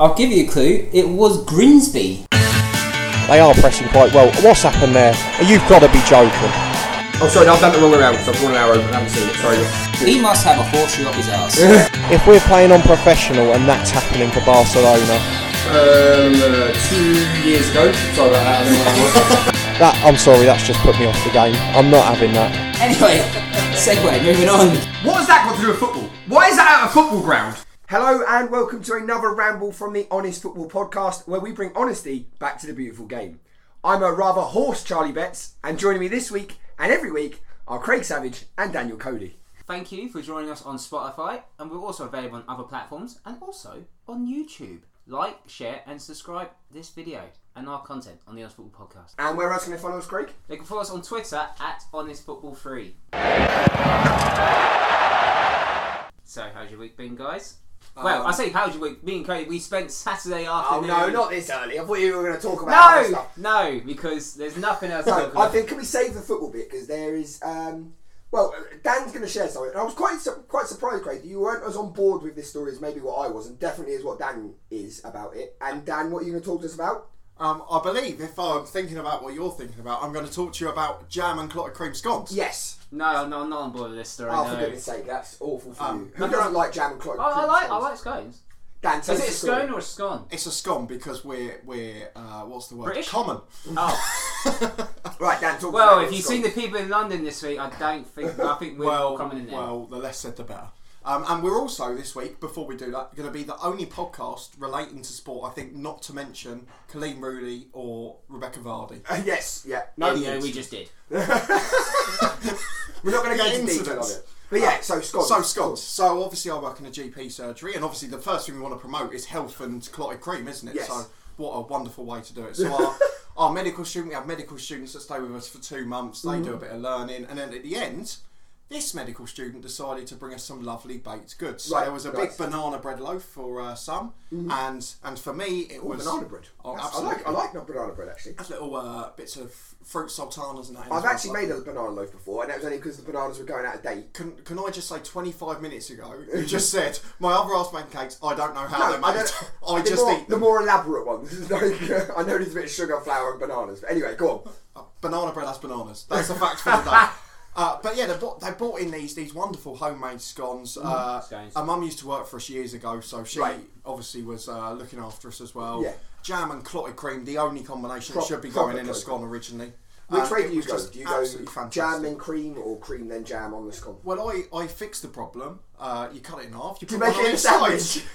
I'll give you a clue. It was Grimsby. They are pressing quite well. What's happened there? You've got to be joking. Oh, sorry, I've done the wrong around. So I've drawn an arrow, but I haven't seen it. Sorry. He must have a horseshoe up his ass. If we're playing on professional and that's happening for Barcelona, Um, uh, two years ago. Sorry about that. I don't know what that was. that I'm sorry, that's just put me off the game. I'm not having that. anyway, segue, moving on. What has that got to do with football? Why is that at a football ground? Hello and welcome to another ramble from the Honest Football Podcast, where we bring honesty back to the beautiful game. I'm a rather hoarse Charlie Betts, and joining me this week and every week are Craig Savage and Daniel Cody. Thank you for joining us on Spotify, and we're also available on other platforms and also on YouTube. Like, share, and subscribe this video and our content on the Honest Football Podcast. And where else can they follow us, Craig? They can follow us on Twitter at Honest Football Three. So, how's your week been, guys? well, Um, I say how's your week. Me and Cody, we spent Saturday Oh afternoon. no, not this early. I thought you were going to talk about other No, stuff. no, because there's nothing else. to No, talk I about. think can we save the football bit because there is. Um, well, Dan's going to share something, and I was quite su- quite surprised, Craig, that you weren't as on board with this story as maybe what I was, and definitely is what Dan is about it. And Dan, what are you going to talk to us about? Um, I believe if I'm thinking about what you're thinking about, I'm going to talk to you about jam and clotted cream scones. Yes. no, no, I'm not on board with this story. Oh, for no. goodness' sake, that's awful for Um, you. Who doesn't like jam and clotted I, I cream like, I scones? like scones. Dan, tell Is us it a the story. scone or a scone? It's a scone because we're we're uh, what's the word? British? Common. Oh. Right, Dan, talk. Well, about if you've seen scone. the people in London this week, I don't think I think we're well, coming in there. well, the less said the better. Um, and we're also this week, before we do that, going to be the only podcast relating to sport. I think not to mention Colleen Rooney or Rebecca Vardy. yes, yeah, no, no, no, we we just did. we're not going to get into Incidents. detail on it. But yeah, so Scott. So scones. So obviously, I work in a GP surgery, and obviously, the first thing we want to promote is health and clotted cream, isn't it? Yes. So what a wonderful way to do it. So our, our medical student, we have medical students that stay with us for two months. They Mm-hmm. do a bit of learning, and then at the end. This medical student decided to bring us some lovely baked goods. So Right, there was a right. Mm-hmm. big banana bread loaf for uh, some, and and for me it was banana bread. Oh, That's- I absolutely. like, I like not banana bread actually. Has little uh, bits of fruit sultanas and that. in I've as well. actually made a banana loaf before, and that was only because the bananas were going out of date. Can, can I just say, 25 minutes ago, you just said, my other ass pancakes, I don't know how No, they're made. I, the just more, eat the them. more elaborate ones. Like, I know there's a bit of sugar, flour, and bananas. But anyway, go on. Banana bread has bananas. That's the fact for the day. Uh, but yeah, they bought, they bought in these these wonderful homemade scones. Uh, Scones. Our mum used to work for us years ago, so she Mm-hmm. Right. obviously was uh, looking after us as well. Yeah. Jam and clotted cream, the only combination Pro- that should be proper going in a clotted scone originally. Which Um, way it do you was go? just Do you go absolutely fantastic. jam and cream, or cream then jam on the scone? Well, I, I fixed the problem. Uh, you cut it in half. You, Do you put make one it on a each side. sandwich?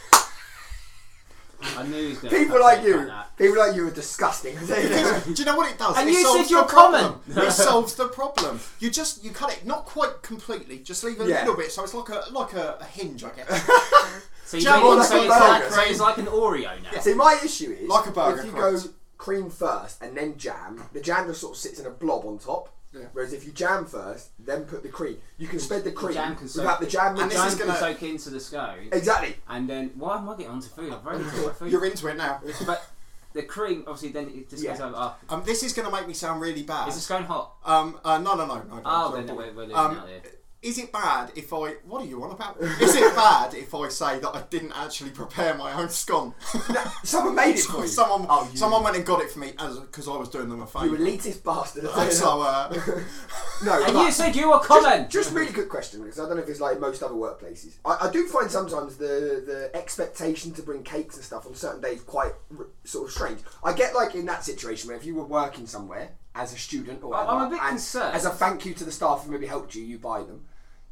I knew he was going People to like you, people like you are disgusting. yeah, do you know what it does? And it you said solves you're the problem. common. it solves the problem. You just you cut it not quite completely, just leave a Yeah. little bit, so it's like a like a, a hinge, I guess, So, you Jam make- on so like a it's like, burger. so it's like an Oreo now. See, my issue is Like a burger, If you go correct. cream first and then jam, the jam just sort of sits in a blob on top. Yeah. Whereas if you jam first, then put the cream, you can spread the cream jam can soak- without the jam. And this Jam is can gonna- soak into the scone, exactly. and then why am I getting onto food? I've already talked about food. You're into it now. but the cream, obviously, then it just goes Yeah. over. after. Um, this is going to make me sound really bad. Is the scone hot? Um, uh, no, no, no, no. no, Oh, sorry, then we're, we're losing um, out here. Is it bad if I? What are you on about? Is it bad if I say that I didn't actually prepare my own scone? Someone made it for you. someone, Oh, you- someone went and got it for me as because I was doing them a You favour. elitist bastard. So, uh, no, And but- you said you were common. Just, just really good question because I don't know if it's like most other workplaces. I, I do find sometimes the the expectation to bring cakes and stuff on certain days quite r- sort of strange. I get like in that situation where if you were working somewhere as a student or I- I'm whatever, a bit and concerned. as a thank you to the staff who maybe helped you, you buy them.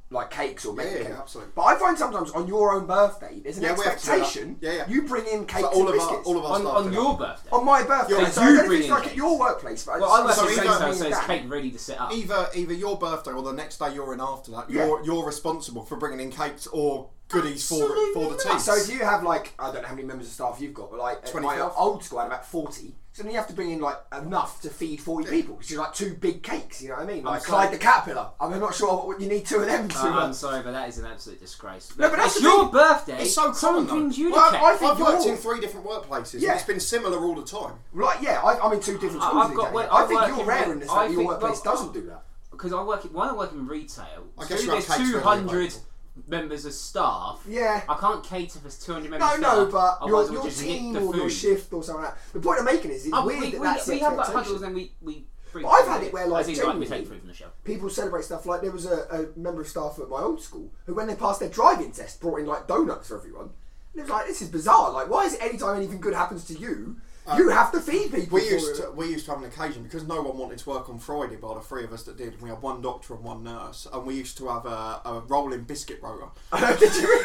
Like cakes or maybe Yeah, yeah, cake. absolutely. But I find sometimes on your own birthday, there's an Yeah, we have to do that. expectation. Yeah, yeah. You bring in cakes so all and of our, biscuits all of our on, staff on did your that. birthday. on my birthday. Yeah, so you I don't know bring if it's in like at cakes. your workplace, but well, I work so in we Sainsbury's, don't so, mean it's that. cake ready to set up. either either your birthday or the next day you're in after that you're you're responsible for bringing in cakes or goodies for for the Absolutely team not. So if you have like I don't know how many members of staff you've got, but like at my 25. old school I had about forty. So then you have to bring in like enough to feed forty people, which is like two big cakes. You know what I mean? Like sorry. Clyde the Caterpillar. I'm not sure what you need two of them to. Uh, I'm uh, sorry, but that is an absolute disgrace. No, but that's it's the your thing. birthday. it's so someone common brings though. you the Well, cake. I, think have worked you're- in three different workplaces Yeah. and it's been similar all the time Like yeah, I, I'm in two different schools. I've in got- Japan. well, I I think work you're in- rare in this. I That your think- workplace well, doesn't do that. because I work in, when I work in retail, I guess so you have there's cakes readily 200 available. members of staff. Yeah. I can't cater for 200 members. No, of no, staff, but otherwise we'll your, your just nick team the or your food. shift or something like that. The point I'm making is it's Oh, weird we, that we, that's the we have like expectation. huddles and we we. bring But I've food had in. it where, like, As in, like we genuinely- take food from the shelf. People celebrate stuff like there was a, a member of staff at my old school who, when they passed their driving test, brought in like donuts for everyone. And it was like, this is bizarre. Like, why is it anytime anything good happens to you, you have Uh, to feed people? We for used it? to, we used to have an occasion because no one wanted to work on Friday, but the three of us that did. We had one doctor and one nurse, and we used to have a, a rolling biscuit roller. Did you?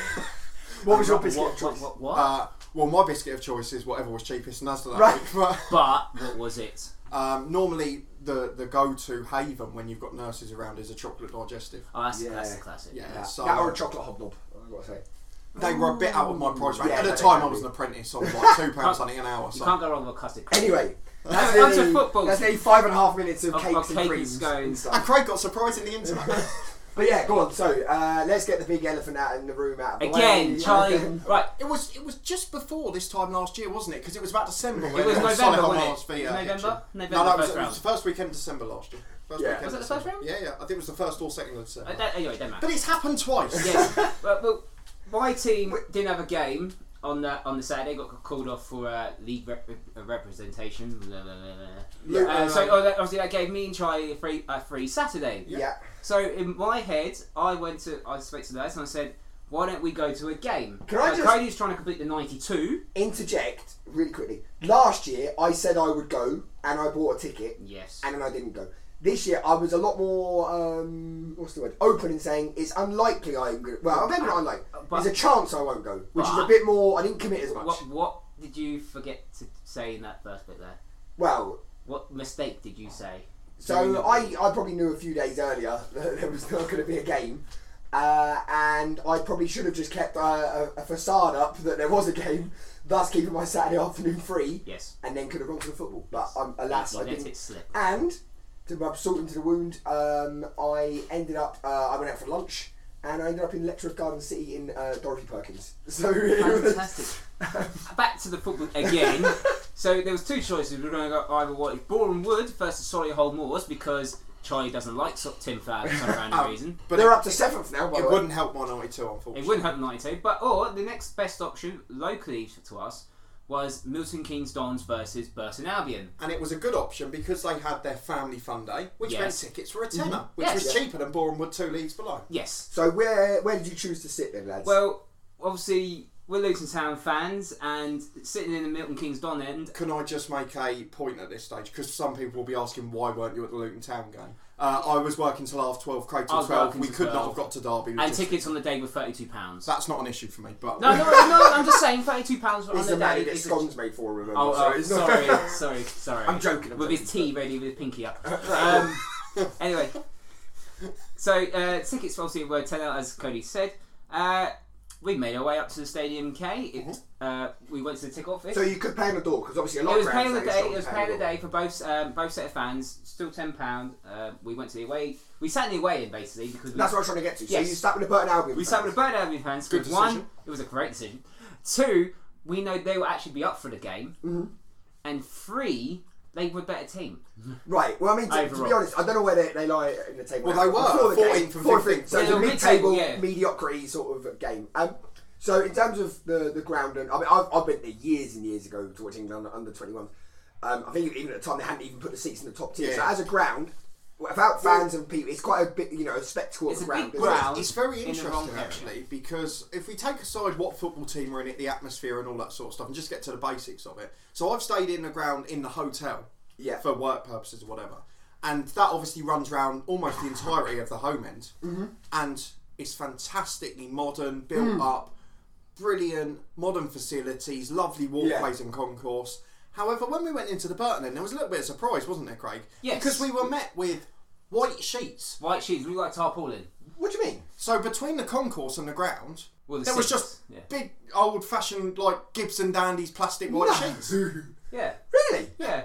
what was your What- biscuit what, choice? What? what, what? Uh, well, my biscuit of choice is whatever was cheapest, and that's that Right. week. But, But what was it? um, normally, the, the go to haven when you've got nurses around is a chocolate digestive. Oh, that's, Yeah. that's a classic. Yeah, That- so that or a chocolate hobnob? I've got to say. they were a bit out of my price range. Yeah, At the they time, can I be. was an apprentice, so I was like two pounds something an hour. You So can't go wrong with a custard. cream. Anyway, that's Onto nearly, football. that's nearly five and a half minutes of Of- cakes of and cake and creams and scones. and stuff. Craig got surprised in the internet. But yeah, go on. So uh, let's get the big elephant out in the room out of the Again, way. Charlie. Right. It was it was just before this time last year, wasn't it? Because it was about December. It was November, wasn't it? It was November? November, uh, no, no, first it was, it was round. the first weekend of December last year. First Yeah. weekend Was it of the first December. round? Yeah, yeah. I think it was the first or second of December. Uh, that, anyway, don't matter. but it's happened twice. yes. well, well, my team didn't have a game on the on the Saturday. Got called off for uh, league rep- uh, representation. Blah, blah, blah, blah. Yeah. Uh, so oh, that- obviously that gave me and Charlie a free a free Saturday. Yeah. So in my head, I went to I spoke to those and I said, "Why don't we go to a game?" Can I Uh, just- Cody's trying to complete the ninety-two. Interject really quickly. Last year, I said I would go, and I bought a ticket, Yes. and then I didn't go. This year, I was a lot more um, what's the word? Open in saying it's unlikely I'm going. to Well, maybe not unlikely. Uh, But- There's a chance I won't go, which is a But- bit more. I didn't commit as much. what what did you forget to say in that first bit there? Well, What mistake did you say? So I, I probably knew a few days earlier that there was not going to be a game, uh, and I probably should have just kept uh, a, a facade up that there was a game, thus keeping my Saturday afternoon free, Yes. and then could have gone to the football. But um, alas, You I let didn't. it slip. And to rub salt into the wound, um, I ended up. Uh, I went out for lunch, and I ended up in Letchworth Garden City in uh, Dorothy Perkins. So it was- Fantastic. Back to the football again. so there was two choices. We were going to go either watch Boreham Wood versus Solihull Moors because Charlie doesn't like so- Tim Flower for some random reason. But they're it, up to seventh now. By it the way. wouldn't help my 92, unfortunately. It wouldn't have 92, but or the next best option locally to us was Milton Keynes Dons versus Burton Albion. And it was a good option because they had their family fun day, which meant Yes. Mm-hmm. tickets were a tenner, which Yes. was Yeah. cheaper than Boreham Wood two leagues below. Yes. So where where did you choose to sit then, lads? Well, obviously we're Luton Town fans, and sitting in the Milton Keynes Don end, Can I just make a point at this stage? Because some people will be asking, why weren't you at the Luton Town game? Uh, I was working till half 12, Craig I till was 12. working We till could not 12. have got to Derby. and logistics. tickets on the day were thirty-two pounds. That's not an issue for me, but No, no, no, I'm just saying, thirty-two pounds on It's the the money day. that is a- scones made for, remember? Oh, so oh, it's not- sorry, sorry, sorry. I'm joking, I'm with his joking. tea ready, with his pinky up. Um, anyway, so uh, tickets obviously were ten out, as Cody said. Uh, we made our way up to the stadium. K. It, uh, we went to the ticket office. Mm-hmm. So you could pay on the door because obviously a lot it was of paying grounds the now, it's day. not It was paying paying the the door. day for both um, both set of fans. Still ten pound. Uh, we went to the away. We sat in the away in basically because we, That's what I was trying to get to. So Yes. you sat with the Burton Albion. we fans. sat with a bird out of your hands. Good Because one, decision. it was a great decision. Two, we know they will actually be up for the game. And three, they were a better team. Right. Well, I mean, to, to be Overall. honest, I don't know where they, they lie in the table. Well, now. they Before were, the game, 14th and before the 15th. thing. So Yeah, it's a they were mid-table, mid-table, yeah. mediocrity sort of game. Um, so in terms of the, the ground, and I mean, I've, I've been there years and years ago to watch England under 21. Um, I think even at the time they hadn't even put the seats in the top tier. Yeah. So as a ground, without fans and people, it's quite a bit, you know, a spectacle It's of a ground. big isn't it? ground. It's very in the wrong interesting area. actually because if we take aside what football team are in it, the atmosphere and all that sort of stuff, and just get to the basics of it. So I've stayed in the ground in the hotel, Yeah. for work purposes or whatever, and that obviously runs around almost the entirety of the home end, Mm-hmm. and it's fantastically modern, built Mm. up, brilliant modern facilities, lovely walkways and concourse. However, when we went into the Burton end, there was a little bit of surprise, wasn't there, Craig? Yes. Because we were met with white sheets. White shoes, we like tarpaulin. What do you mean? So between the concourse and the ground, Well, the there was seats, just yeah. big old-fashioned like Gibson dandies plastic white sheets. Yeah. Really? Yeah.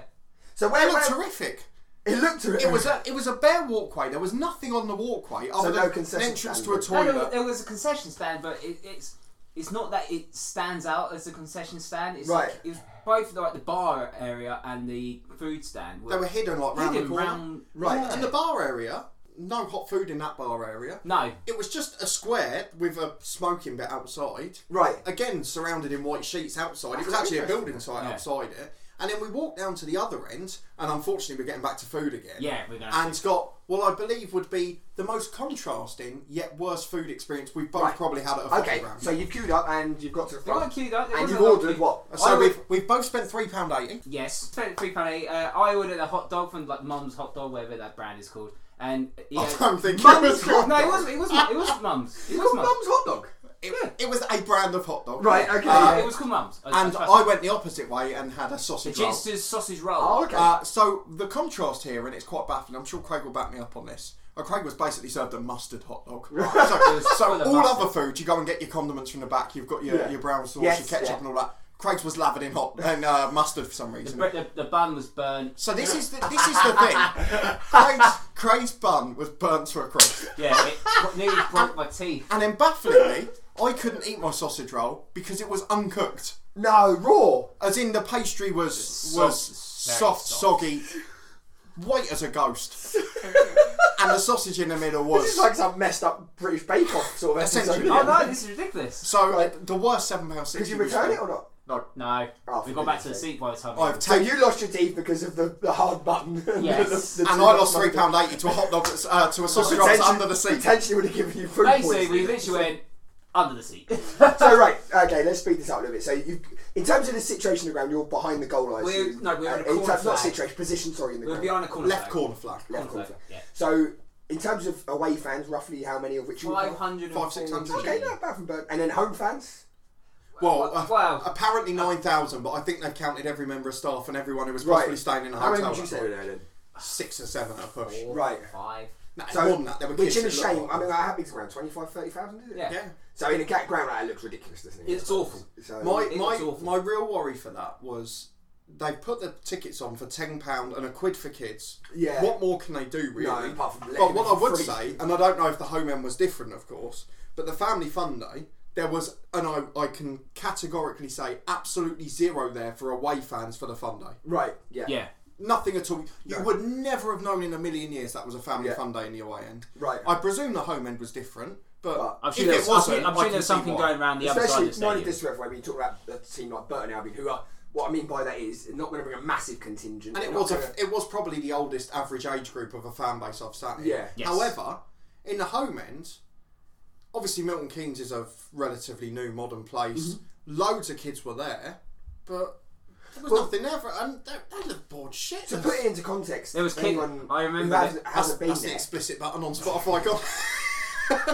So They where, looked where terrific. it looked to It was a it was a bare walkway. There was nothing on the walkway other no than an concession entrance stand, to a was No, there, toilet. there was a concession stand, but it, it's it's not that it stands out as a concession stand. It's Right. Like, it was both like the bar area and the food stand. They were hidden like round the hidden corner. round. Right. And the bar area no hot food in that bar area. No. It was just a square with a smoking bit outside. Right. Again, surrounded in white sheets outside. it was quite actually a interesting, building site Yeah. outside it. And then we walked down to the other end, and unfortunately, we're getting back to food again. Yeah, we're gonna And got what I believe would be the most contrasting yet worst food experience we've both Right. probably had at a Okay, program. so you've queued up and you've got to the They weren't front. queued up. There And wasn't you've a lot of ordered queue. what? so I we've would- we've both spent three pound eighty. Yes, spent three pound eight. Uh, I ordered a hot dog from like Mum's Hot Dog, whatever that brand is called, and yeah, I'm thinking Mum's it was hot good. no, it was it was it was Mum's. It was mum's Mum's. hot dog. It, it was a brand of hot dog. Right, okay. Uh, It was called Mum's. and trust I me. went the opposite way and had a sausage roll. Ginster's sausage roll. Oh, okay. Uh, so the contrast here, and it's quite baffling. I'm sure Craig will back me up on this. Uh, Craig was basically served a mustard hot dog. So, so full of all mustard. other food, you go and get your condiments from the back. You've got your, Yeah. your brown sauce, Yes, your ketchup, yeah. and all that. Craig's was lathered in hot and uh, mustard for some The, reason. bre- the, the bun was burnt. So this is the, this is the thing. Craig's, Craig's bun was burnt to a crisp. Yeah, it bro- nearly broke my teeth. And then bafflingly, I couldn't eat my sausage roll because it was uncooked. No, raw. As in the pastry was was very soft. soft, soggy, white as a ghost, and the sausage in the middle This is was. like some messed up British Bake Off sort of episode. Essentially, Oh Did no, this is ridiculous. so uh, the worst seven pound sixty. you return it or not? No, No, Oh, we for got back to the goodness seat by the time. I've So taken. you lost your teeth because of the, the hard button. and Yes. the- the And two I lost three hot pound eighty to a hot dog, that's, uh, to a dogs. sausage roll that's Potentially- under the seat. Potentially would have given you food Basically, poisoning. we literally went under the seat. So right, okay, let's speed this up a little bit. So you, in terms of the situation on the ground, you're behind the goal line. We're- so- no, we're in a in corner terms, flag. not situation, position. Sorry, in the we were ground. behind a corner. Left corner flag. Left corner corner flag. flag, yeah. So in terms of away fans, roughly how many of which you Five hundred. Five, six hundred. Okay, not bad from Burn. And then home fans. Well, uh, Wow. apparently nine thousand, but I think they've counted every member of staff and everyone who was Right. possibly staying in a How many hotel. would you that say night. were there then? Six or seven, I push. Right. Five. No, So more than that. There were which kids in a that looked shame. like I mean, that. I have big around 25, 30,000, is it? Yeah. yeah. So in a cat ground, that looks ridiculous, doesn't it? It's awful. So, My It my looks awful. my real worry for that was they put the tickets on for ten pound and a quid for kids. Yeah. What more can they do really? apart from letting but what them I would free. say, and I don't know if the home end was different, of course, but the family fun day. There was, and I, I can categorically say, absolutely zero there for away fans for the fun day. right. Yeah. Yeah. Nothing at all. You No. would never have known in a million years that was a family Yeah. fun day in the away end. Right. I presume the home end was different, but, But- I'm sure if there's, it wasn't, I'm I sure can there's see something why. going around the other side Especially of the not in stadium. disrespect when you talk about a team like Burton Albion, who are what I mean by that is not going to bring a massive contingent. And it They're not was a, gonna- it was probably the oldest average age group of a fan base I've sat in. Yeah. Yes. However, in the home end, obviously Milton Keynes is a relatively new modern place. Mm-hmm. Loads of kids were there, but there was nothing there for and they, they looked bored shit. to put it into context. There was kid- anyone I remember who that- hasn't, that's, hasn't been that's the there. explicit button on Spotify. God.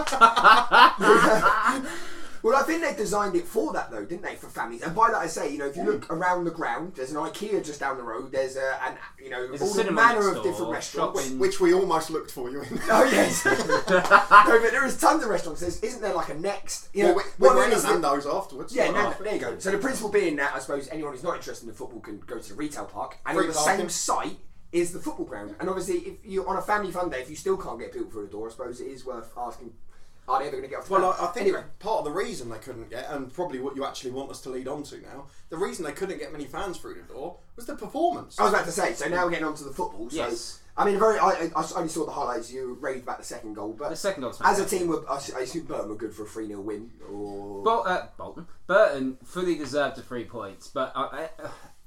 Well, I think they designed it for that though, didn't they? For families, and by that I say, you know, if you look Mm. around the ground, there's an IKEA just down the road. There's a, an, you know, There's a all the cinema manner next of door, different restaurants. shopping. Which we almost looked for you in. Oh yes, no, but there is tons of restaurants. There's, isn't there like a next? You know, Well, we, we what were I in Oh. mean is that- Nando's afterwards. Yeah, Well, no, there you go. So the principle being that I suppose anyone who's not interested in the football can go to the retail park, and Free on the parking. same site is the football ground. And obviously, if you on a family fun day, if you still can't get people through the door, I suppose it is worth asking: Are they ever going to get off? The Well, ground? I, I think anyway. part of the reason they couldn't get, and probably what you actually want us to lead on to now, the reason they couldn't get many fans through the door was the performance. I was about to say. So now we're getting on to the football. So, Yes. I mean, very. I, I only saw the highlights. You raved about the second goal, but The second goal's as a fantastic. team, were- I, s- I assume Burton were good for a three 0 win. Or Bol- uh, Bolton. Burton fully deserved the three points, but I, I,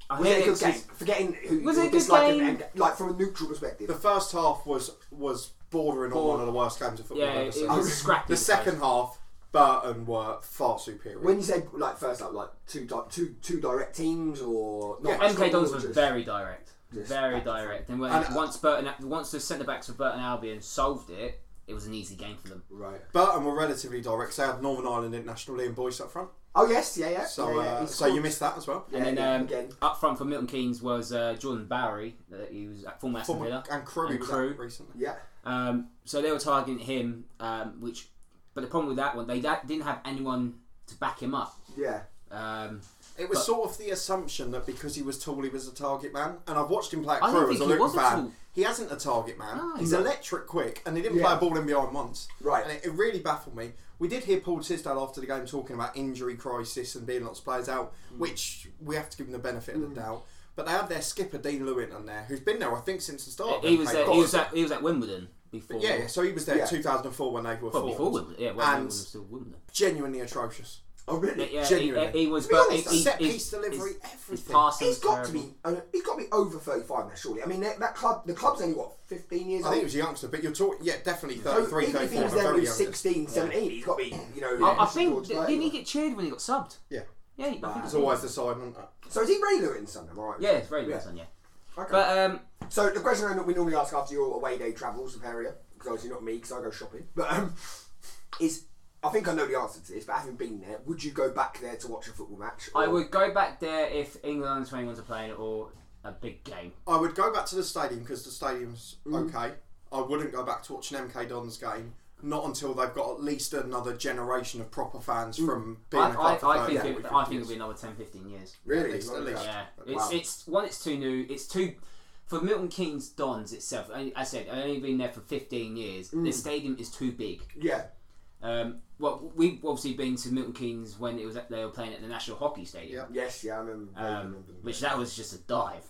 I was hear it a good it's- game? Forgetting who Was you it a good dislike and- game? and, like from a neutral perspective. the first half was was bordering on one of the worst games of football Yeah, I've ever it seen. was scrappy. the second half, Burton were far superior. When you say like first up, like two di- two two direct teams or not MK Dons or was just- very direct, Just very back and direct, and, when, And, uh, once Burton, once the centre backs of Burton Albion solved it, it was an easy game for them. right. Burton were relatively direct. 'cause They had Northern Ireland International Liam Boyce up front, Oh yes, yeah, yeah. so yeah, yeah. uh, he's so you scored. missed that as well. Yeah, And then yeah, um, again. up front for Milton Keynes was uh, Jordan Bowery, uh, he was at former Aston Former- Villa, and Crewe and was Crewe. out recently. Yeah, Um, so they were targeting him, um, which, but the problem with that one, they da- didn't have anyone to back him up. yeah. Um, It was But- sort of the assumption that because he was tall, he was a target man. And I've watched him play at I don't Crewe as think a he Luton was at fan. all. Ah, He hasn't a target man. No. He's electric quick, and he didn't Yeah. play a ball in behind once. Right. And it, it really baffled me. We did hear Paul Tisdale after the game Mm. talking about injury crisis and being lots of players out, which we have to give him the benefit of the doubt. But they have their skipper Dean Lewin on there, who's been there I think since the start. He was They've at, got he was us- at he was at Wimbledon before. yeah, yeah, so he was there Yeah. in 2004 when they were well, formed. before Wimbledon. Yeah, when And- Wimbledon was still Wimbledon. Genuinely atrocious. Oh really? Yeah, he, Genuinely. he was. To be but honest, he- he- set he's- piece delivery, he's- he's everything. passing He's got to terrible. be. Uh, he's got to be over thirty-five now, surely. I mean, that, that club, the club's only what fifteen years I think he old. was a youngster, but you're talking, yeah, definitely So 33, even if he 34, was the there when very he was youngest. 16, 17, he's got to be, you know. I, I Mr. think George didn't Burton. he get cheered when he got subbed? Yeah, Yeah, I think that's it's always the side, isn't it? So is he Ray Lewin's son? Am I right? Yeah, it's very Yeah. well done. Yeah, Okay. but um, so the question that we normally ask after your away day travels with Harrier, because obviously not me, because I go shopping, but um, is I think I know the answer to this, but having been there, would you go back there to watch a football match? I or- would go back there if England under twenty ones are playing or a big game. I would go back to the stadium because the stadium's okay. I wouldn't go back to watch an MK Dons game. Not until they've got at least another generation of proper fans from being a I, club for I, I 30, think it, 40, I 50 think it'll be years. another 10, 15 years. really. At least, at Right. least. Yeah, Wow. it's it's one. It's too new. It's too for Milton Keynes Dons itself. I, I said I've only been there for fifteen years. Mm. The stadium is too big. Yeah. Um, well, we've obviously been to Milton Keynes when it was at, they were playing at the National Hockey Stadium, Yes. Yeah. I remember. I um, remember. which that was just a dive.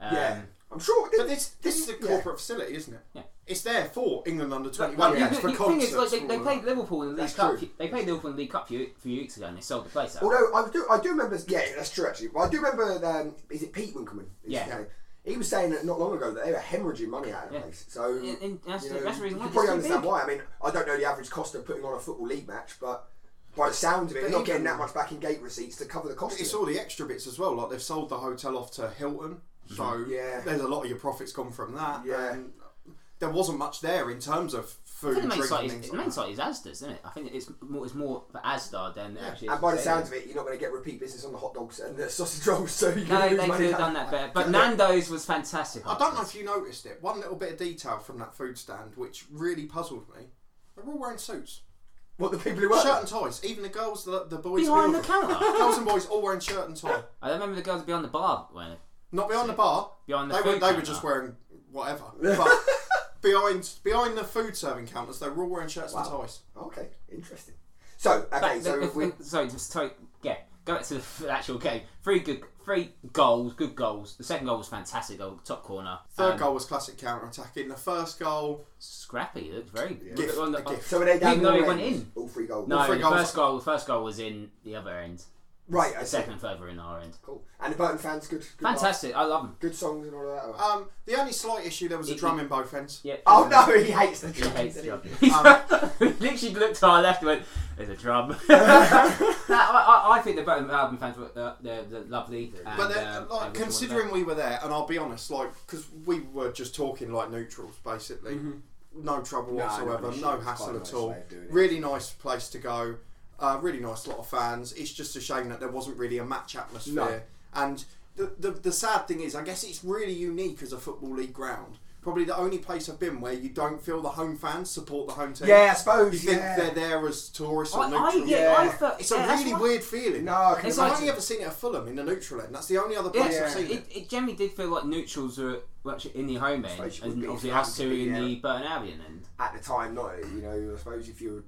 Um, yeah. I'm sure. But this this is a yeah. corporate facility, isn't it? Yeah. It's there for England under Like, twenty like, one. you- Yes, you- for the thing is, like, concerts. they, they played Liverpool in the That's League Cup. true. They played Liverpool in the League Cup a few, few weeks ago, and they sold the place out. Although I do, I do remember. Yeah, that's true. Actually, but I do remember. Um, is it Pete Winkelman? Is Yeah. his name? He was saying that not long ago that they were hemorrhaging money out of the Yeah. place. So And- and that's you the- that's the reason you why can it's probably too understand big. why. I mean, I don't know the average cost of putting on a football league match, but by the sound of it, they're not getting that much back in gate receipts to cover the cost. It's of it. all the extra bits as well. Like they've sold the hotel off to Hilton, so Yeah. there's a lot of your profits gone from that. Yeah. and there wasn't much there in terms of I food, think the main drink, site and is things. the Like main that. site is Asda, isn't it? I think it's more it's more for Asda than actually. And by the sound of it, you're not going to get repeat business on the hot dogs and the sausage rolls. So you're No, going to they lose could money. have done that better. But Nando's was fantastic. I don't know if you noticed it. One little bit of detail from that food stand which really puzzled me. They're all wearing suits, What the people who were shirt and ties. Even the girls, the, the boys, behind all the of them. counter. Girls and boys all wearing shirt and tie. I remember the girls behind the bar wearing it. Not behind the bar. Behind the they were, food they were counter. just wearing whatever. But behind behind the food serving counters, they were all wearing shirts Wow. and ties. Okay, interesting. So Back okay, the- so if if we. we- sorry, just to, yeah, go back to the f- actual game. Three good, three goals, good goals. The second goal was fantastic goal, top corner. Third Um, goal was classic counter attacking. The first goal, scrappy. It looked very Gift, on the- a gift. So were they down Even though your it went ends? in. All three goals. No, three the goals. first goal. The first goal was in the other end. Right. I The see. second and third were in our end. Cool. And the Burton fans, good. good Fantastic. Oh. I love them. Good songs and all of that. or- Um, the only slight issue there was a It- drum in both ends. Yeah. oh no, he hates the He drums. hates the doesn't drum. He he? Um, literally looked to our left and went, "There's a drum." Nah, I, I, I think the Burton Albion fans were uh, they're, they're lovely. And, But then, um, like, and we considering we were there, and I'll be honest, like, because we were just talking like neutrals, basically, Mm-hmm. no trouble No, whatsoever, no issue. no It's hassle quite a at nice all. way of doing it. Really nice place to go. Uh, really nice lot of fans. It's just a shame that there wasn't really a match atmosphere. No. And the, the the sad thing is, I guess it's really unique as a football league ground. Probably the only place I've been where you don't feel the home fans support the home team. Yeah, I suppose, You think yeah. they're there as tourists or I- I- neutrals. yeah, I Yeah. felt- it's a yeah, that's really what- weird feeling. No, I can It's I've like- only ever seen it at Fulham in the neutral end. That's the only other Yeah, place I've seen it, it. it generally did feel like neutrals were were actually in the home end, suppose it would and be obviously if you us had two to be, in yeah. the Burton Albion end. At the time, not you know. I suppose if you're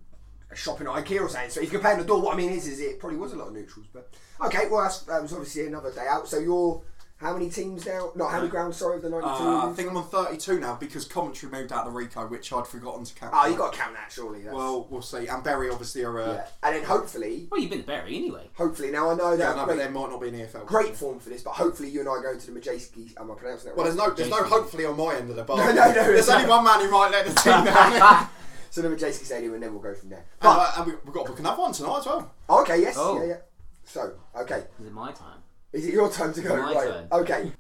a shopping at IKEA or something, so if you're paying the door, what I mean is, is it probably was a lot of neutrals. But okay, well that's, that was obviously another day out. So you're how many teams now? Not how many grounds? Sorry, of the ninety-two. Mm-hmm. Uh, I think I'm on 32 now because Coventry moved out of Rico, which I'd forgotten to count. oh, you got to count that surely. That's, Well, we'll see. And Berry obviously are. Uh, yeah. and then hopefully, Well, you've been to Bury anyway. hopefully now I know yeah, that no, but they great, might not be in E EFL. great form for this. But hopefully you and I go to the Majeski. Am I pronouncing that right? Well, there's no, there's no Jason. hopefully on my end of the bar. No, no, no, There's no. only one man who might let the team down. so the Majeski Stadium, and then we'll go from there. and, But uh, and we, we've got to book another one tonight as well. okay, yes, Oh. yeah, yeah. So okay, Is it my time? Is it your time to go? My right. turn. Okay.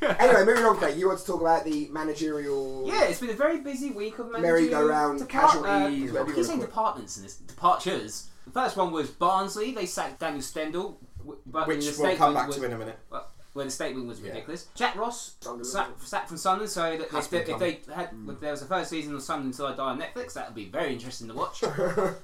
anyway, moving on, Craig. You want to talk about the managerial? Yeah, it's been a very busy week of managerial Merry-go-round, depart- casualties, Uh, whatever I you keep wanna saying call it. departments in this departures. The first one was Barnsley. They sacked Daniel Stendel, w- but Which the we'll statement come back was- to in a minute. Well, well, the statement was ridiculous. Jack Ross Sunderland. sacked, sacked from Sunderland, so that Has if, been they- if they had if there was a first season of Sunderland until I die on Netflix, that would be very interesting to watch.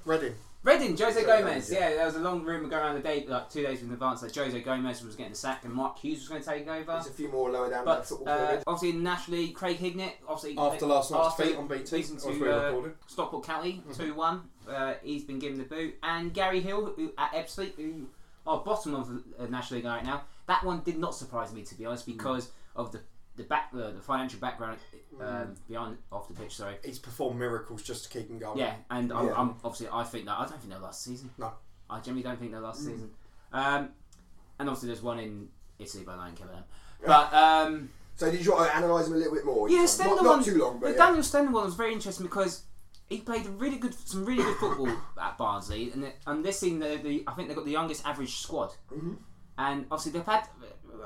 Reading. Reading Jose Gomez, Gomez. yeah. Yeah. there was a long rumor going around the day, like two days in advance, that Jose Gomez was getting sacked and Mark Hughes was going to take over. There's a few more lower down the But football uh, pyramid. obviously, in the National League, Craig Hignett, obviously uh, After last night's after defeat on BT, losing as to, we uh, recorded. Mm-hmm. Stockport County two one. Uh, he's been given the boot, and Gary Hill who, at Ebbsfleet, who are bottom of the uh, National League right now. That one did not surprise me to be honest Mm. because of the the back uh, the financial background Mm. um, behind off the pitch. Sorry. He's performed miracles just to keep him going. Yeah, and I'm, Yeah. I'm obviously I think that I don't think they'll last season. No. I generally don't think they'll last season. Um, and obviously there's one in Italy, but I don't care about them. But um, So did you want to analyse him a little bit more? yeah, Not- Stender not, one. too long, but the yeah. Daniel Stender one was very interesting because he played really good, some really good football at Barnsley, and it- and this season the, the I think they've got the youngest average squad, Mm-hmm. and obviously they've had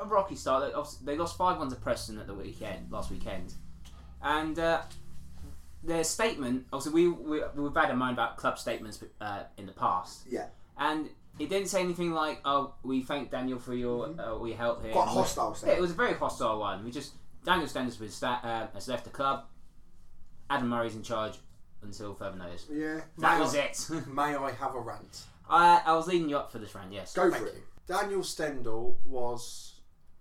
a rocky start. They- obviously They lost five one to Preston at the weekend last weekend, and. Uh, their statement, obviously, we, we, we've had a mind about club statements uh, in the past. yeah, And it didn't say anything like, "Oh, we thank Daniel for your uh, all your help here." Mm-hmm. quite And we- hostile. So. Yeah, it was a very hostile one. We just Daniel Stenders was sta- uh, has left the club. Adam Murray's in charge until further notice. yeah. That May was I- it. May I have a rant? I, I was leading you up for this round. Yes. Go Thank for it. you. Daniel Stendel was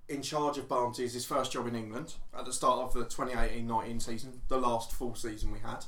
in charge of Barnsley's his first job in England at the start of the 2018-19 season, the last full season we had.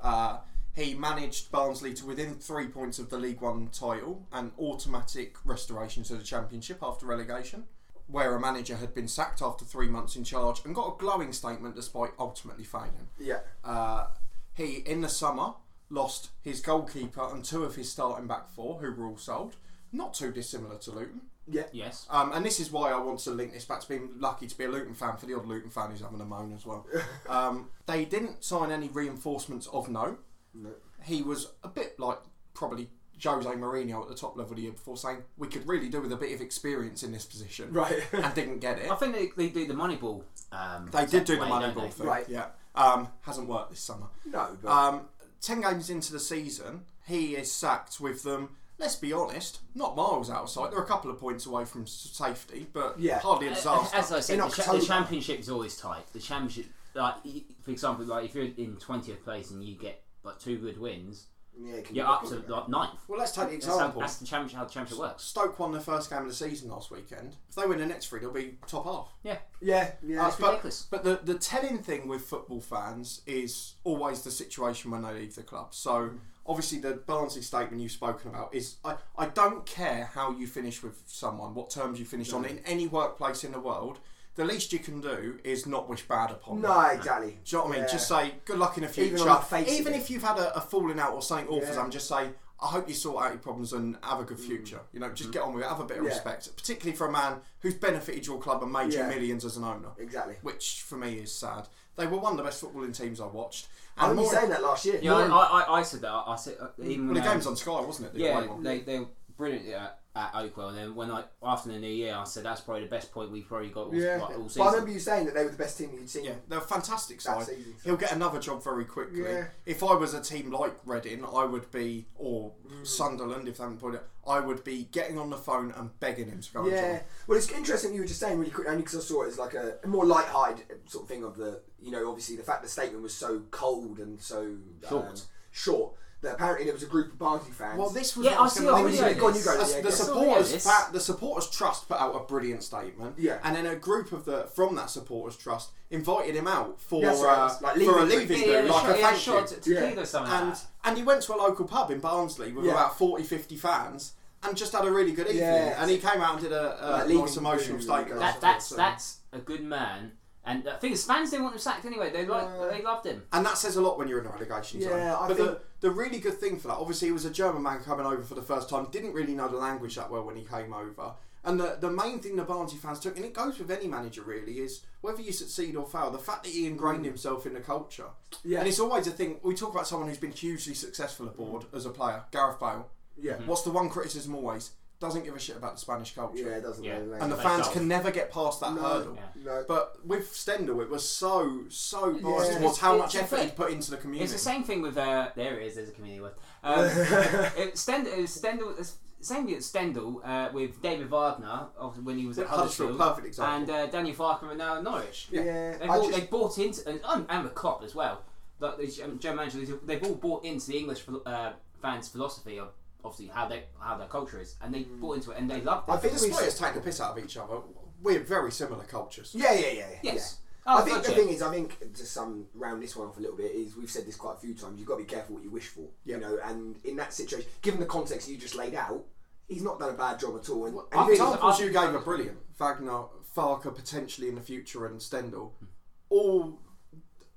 Uh, he managed Barnsley to within three points of the League One title and automatic restoration to the Championship after relegation, where a manager had been sacked after three months in charge and got a glowing statement despite ultimately failing. Yeah. Uh, he, in the summer, lost his goalkeeper and two of his starting back four, who were all sold. Not too dissimilar to Luton. Yeah. Yes. Um, and this is why I want to link this back to being lucky to be a Luton fan for the odd Luton fan who's having a moan as well. um, they didn't sign any reinforcements of note. No. He was a bit like probably Jose Mourinho at the top level the year before, saying we could really do with a bit of experience in this position, Right. and didn't get it. I think they, they do the Moneyball. Um, They did do the way, money don't ball they? thing, Right. Yeah, um, hasn't worked this summer. No, but- um, ten games into the season, he is sacked with them. Let's be honest, not miles outside. They're a couple of points away from s- safety, but Yeah. hardly a disaster. Uh, As I said, In the, cha- October. the championship is always tight. The championship, like y- for example, like if you're in twentieth place and you get like two good wins, Yeah, can you're you- up to like ninth. well, let's take the That's how, example. that's the championship, how the championship works. Stoke won their first game of the season last weekend. If they win the next three, they'll be top half. Yeah. Yeah, yeah. That's ridiculous. But the, the telling thing with football fans is always the situation when they leave the club. So obviously the Barnsley statement you've spoken about is I, I don't care how you finish with someone, what terms you finish on in any workplace in the world. The least you can do is not wish bad upon them. no, exactly. Do you know what I mean? Yeah. Just say good luck in the future. Even on the face of Even it. if you've had a, a falling out or something awful, Yeah. Mm. something, just say I hope you sort out your problems and have a good future. You know, just get on with it. Have a bit of Mm-hmm. Yeah. respect, particularly for a man who's benefited your club and made Yeah. you millions as an owner. Exactly. Which for me is sad. They were one of the best footballing teams I watched. I And remember Oh, you more, saying that last year. Yeah, I, I, I- I said that. I said uh, even well, when the um, game's on Sky, wasn't it? The away Yeah, one. they, they were brilliant at, at Oakwell. And then when I after the new year, I said that's probably the best point we've probably got all, Yeah. like, all But I season. remember you saying that they were the best team you'd seen. Yeah, they're a fantastic side. season. He'll get another job very quickly. Yeah. If I was a team like Reading, I would be, or Mm. Sunderland, if they haven't put it, I would be getting on the phone and begging him to go and Yeah. join. Well, it's interesting you were just saying really quick, only because I saw it as like a more light-hearted sort of thing of the, you know, obviously the fact the statement was so cold and so Short. um, short that apparently there was a group of Barnsley fans. Well, this was. Yeah, what I was see gonna a lead video to. of Go on, you go, As yeah, go. the I saw a supporters, video of fa- the supporters trust put out a brilliant statement. Yeah. and then a group of the from that supporters trust invited him out for That's right, uh, like for a leaving leaving drink. group, yeah, like shot, a yeah, thank you. shot to Yeah. Keogh or something like and that. and he went to a local pub in Barnsley with Yeah. about 40 50 fans and just had a really good evening Yeah. and he came out and did a, a Like leaving nice emotional Boo, statement goes That, afterwards, that's so- that's a good man. And the thing is, fans didn't want him sacked anyway. They like No. they loved him. and that says a lot when you're in a relegation zone Yeah, I but think- the, the really good thing for that obviously he was a German man coming over for the first time didn't really know the language that well when he came over and the, the main thing the Barnsley fans took and it goes with any manager really is whether you succeed or fail the fact that he ingrained himself in the culture Mm. Yeah. and it's always a thing we talk about someone who's been hugely successful abroad as a player Gareth Bale yeah, Mm-hmm. What's the one criticism always? Doesn't give a shit about the Spanish culture. yeah, it doesn't Yeah. matter. And the They fans don't. can never get past that No. hurdle. Yeah. no, But with Stendhal, it was so, so biased Yeah. towards how It's- much it's effort the- he'd put into the community. It's the same thing with uh, there it is. There's a community word. Um, it, Stend, it was Stendhal. it's Same thing at Stendhal uh, with David Wagner of- when he was at With Huddersfield, Huddersfield, perfect example. and uh, Daniel Farker are now in Norwich. yeah, They've I all, just- they've bought into and, and, and the cop as well. um, Like the German manager, they've- they've all bought into the English phil- uh, fans' philosophy of obviously how they how their culture is, and they bought into it and Mm. they love it. I think we Despite us taking the piss out of each other, we're very similar cultures. Yeah, yeah, yeah. yeah. Yes. Yeah. Oh, I think the gotcha. thing is, I think to some round this one off a little bit is we've said this quite a few times. You've got to be careful what you wish for, Yeah. you know. And in that situation, given the context you just laid out, he's not done a bad job at all. And, and I really- think examples you gave are brilliant. Wagner, Farker potentially in the future, and Stendhal. Hmm. All